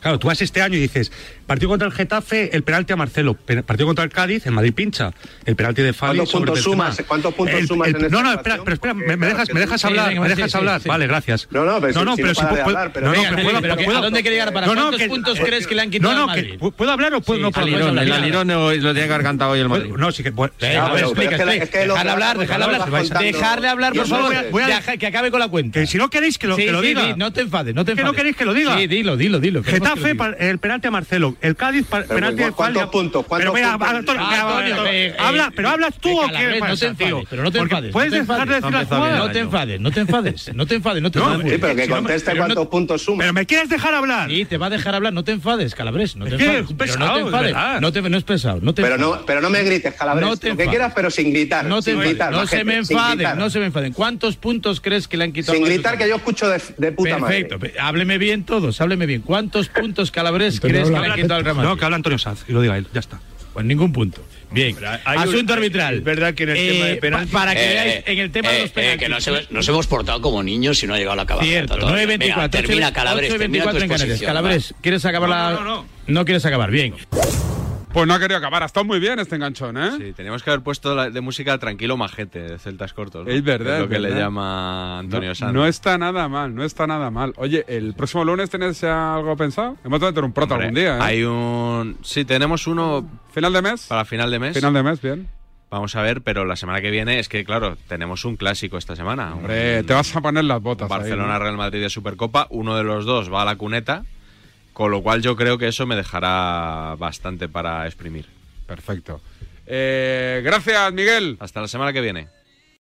Speaker 3: Claro, tú vas este año y dices, partido contra el Getafe, el penalti a Marcelo. Pe- Partido contra el Cádiz, el Madrid pincha. El penalti de Fali
Speaker 6: ¿Cuántos
Speaker 3: sobre
Speaker 6: puntos
Speaker 3: Benzema.
Speaker 6: sumas? ¿Cuántos puntos
Speaker 3: El-
Speaker 6: sumas
Speaker 3: el-
Speaker 6: en esta
Speaker 3: No, no, espera,
Speaker 6: evaluación?
Speaker 3: pero espera, me,
Speaker 6: Porque,
Speaker 3: me
Speaker 6: claro,
Speaker 3: dejas,
Speaker 6: que
Speaker 3: me
Speaker 6: tú-
Speaker 3: dejas
Speaker 6: Sí,
Speaker 3: hablar,
Speaker 6: venga,
Speaker 3: me
Speaker 6: sí,
Speaker 3: dejas
Speaker 6: sí,
Speaker 3: hablar.
Speaker 6: sí.
Speaker 3: Vale, gracias.
Speaker 6: No, no, pero si- si no
Speaker 3: pero
Speaker 6: para de
Speaker 3: puedo-
Speaker 6: hablar, pero-
Speaker 3: no, no,
Speaker 6: Venga,
Speaker 3: pero puedo-
Speaker 6: Felipe,
Speaker 3: pero
Speaker 6: ¿a
Speaker 3: puedo-
Speaker 6: dónde quería llegar para-
Speaker 3: No, no,
Speaker 6: cuántos
Speaker 3: que-
Speaker 6: puntos crees que le han
Speaker 3: No,
Speaker 6: quitado
Speaker 3: no,
Speaker 6: al
Speaker 3: que-
Speaker 6: Madrid?
Speaker 3: ¿pu- ¿puedo hablar o puedo no puedo hablar?
Speaker 6: Alirón, el
Speaker 3: Alirón
Speaker 44: lo tenía que haber cantado hoy el Madrid.
Speaker 3: No, sí que. bueno, Venga, sí, a ver, pero- explica, pero es que- explica. es que lo Dejadle que hablar, vais dejadle hablar. contando- vais- Dejarle hablar, por favor. voy a- Deja-
Speaker 9: que acabe con la cuenta.
Speaker 3: Que si no queréis que lo,
Speaker 9: Sí,
Speaker 3: que lo
Speaker 9: sí,
Speaker 3: diga.
Speaker 9: di, no te enfades, no te
Speaker 3: Que no
Speaker 9: enfades.
Speaker 3: queréis que lo diga.
Speaker 9: Sí, dilo, dilo, dilo. queremos que lo
Speaker 3: Getafe,
Speaker 9: diga.
Speaker 3: pa- el penalti a Marcelo. El Cádiz, pa- penalti de
Speaker 9: ¿cuántos
Speaker 3: Falla.
Speaker 9: puntos?
Speaker 3: Pero
Speaker 9: ¿Cuántos
Speaker 3: mira,
Speaker 9: puntos?
Speaker 3: Antonio,
Speaker 9: Ah,
Speaker 3: mira,
Speaker 9: Antonio,
Speaker 3: Antonio,
Speaker 9: eh, eh,
Speaker 3: habla- pero hablas tú o qué
Speaker 9: Calabres, no te
Speaker 3: pasa, tío?
Speaker 9: enfades, pero no te
Speaker 3: Porque
Speaker 9: enfades.
Speaker 3: Puedes
Speaker 9: no te
Speaker 3: dejar de
Speaker 9: enfades.
Speaker 3: decir la jugada.
Speaker 9: No te enfades, no te enfades, no te enfades, no te
Speaker 3: No,
Speaker 9: enfades.
Speaker 3: sí, pero que
Speaker 9: Si no me-
Speaker 3: conteste
Speaker 9: pero no-
Speaker 3: cuántos
Speaker 6: puntos suma.
Speaker 3: Pero me quieres dejar hablar.
Speaker 9: Sí, te va a dejar hablar, no te enfades, Calabres, no te
Speaker 3: Es que
Speaker 9: enfades.
Speaker 3: es un
Speaker 9: Pero
Speaker 3: pesado,
Speaker 9: no te
Speaker 3: de
Speaker 9: enfades,
Speaker 3: verdad.
Speaker 9: no, te, no es pesado, no te
Speaker 6: Pero no,
Speaker 9: enfades.
Speaker 6: pero no me grites, Calabres.
Speaker 9: No
Speaker 6: lo
Speaker 9: te
Speaker 6: que
Speaker 9: enfades.
Speaker 6: quieras, pero sin gritar.
Speaker 9: No te
Speaker 6: sin
Speaker 9: enfades,
Speaker 6: gritar,
Speaker 9: no
Speaker 6: majete,
Speaker 9: se me
Speaker 6: sin
Speaker 9: enfaden,
Speaker 6: gritar.
Speaker 9: no se me enfaden. ¿Cuántos puntos crees que le han quitado?
Speaker 6: Sin
Speaker 9: a los
Speaker 6: gritar, que yo escucho de, de puta
Speaker 9: Perfecto, pe- hábleme bien todos, hábleme bien. ¿Cuántos puntos Calabres crees que le han quitado al Real Madrid?
Speaker 3: No, que habla Antonio Sanz y lo diga él, ya está.
Speaker 9: Pues ningún punto. Bien, asunto arbitral. Es verdad que en
Speaker 3: el tema de penaltis-
Speaker 9: Para que
Speaker 3: Eh,
Speaker 9: veáis,
Speaker 3: eh,
Speaker 9: en el tema de
Speaker 3: eh,
Speaker 9: los
Speaker 3: eh,
Speaker 9: penaltis.
Speaker 3: que no se ve-
Speaker 11: Nos hemos portado como niños y no ha llegado la cabeza.
Speaker 9: Cierto, 9.24.
Speaker 11: Termina
Speaker 9: 8.24
Speaker 11: Calabres, termina tu
Speaker 9: en Canarias.
Speaker 11: exposición,
Speaker 9: Calabres, ¿quieres acabar la.? No, quieres acabar, bien.
Speaker 1: Pues no ha querido acabar, ha estado muy bien este enganchón, ¿eh?
Speaker 2: Sí, teníamos que haber puesto la- de música tranquilo majete de Celtas Cortos. ¿no?
Speaker 1: Es verdad,
Speaker 2: lo
Speaker 1: es
Speaker 2: que le
Speaker 1: verdad.
Speaker 2: llama Antonio Sanz.
Speaker 1: No está nada mal, no está nada mal. Oye, ¿el próximo lunes tenés ya algo pensado? Hemos de tener un prota
Speaker 2: Hombre,
Speaker 1: algún día, ¿eh?
Speaker 2: Hay un. Sí, tenemos uno.
Speaker 1: ¿Final de mes?
Speaker 2: Para final de mes.
Speaker 1: Final de mes, bien.
Speaker 2: Vamos a ver, pero la semana que viene es que, claro, tenemos un clásico esta semana. Un
Speaker 1: Hombre, te vas a poner las botas. ahí, ¿no?
Speaker 2: Barcelona-Real Madrid de Supercopa. Uno de los dos va a la cuneta. Con lo cual yo creo que eso me dejará bastante para exprimir.
Speaker 1: Perfecto. Eh, gracias, Miguel.
Speaker 2: Hasta la semana que viene.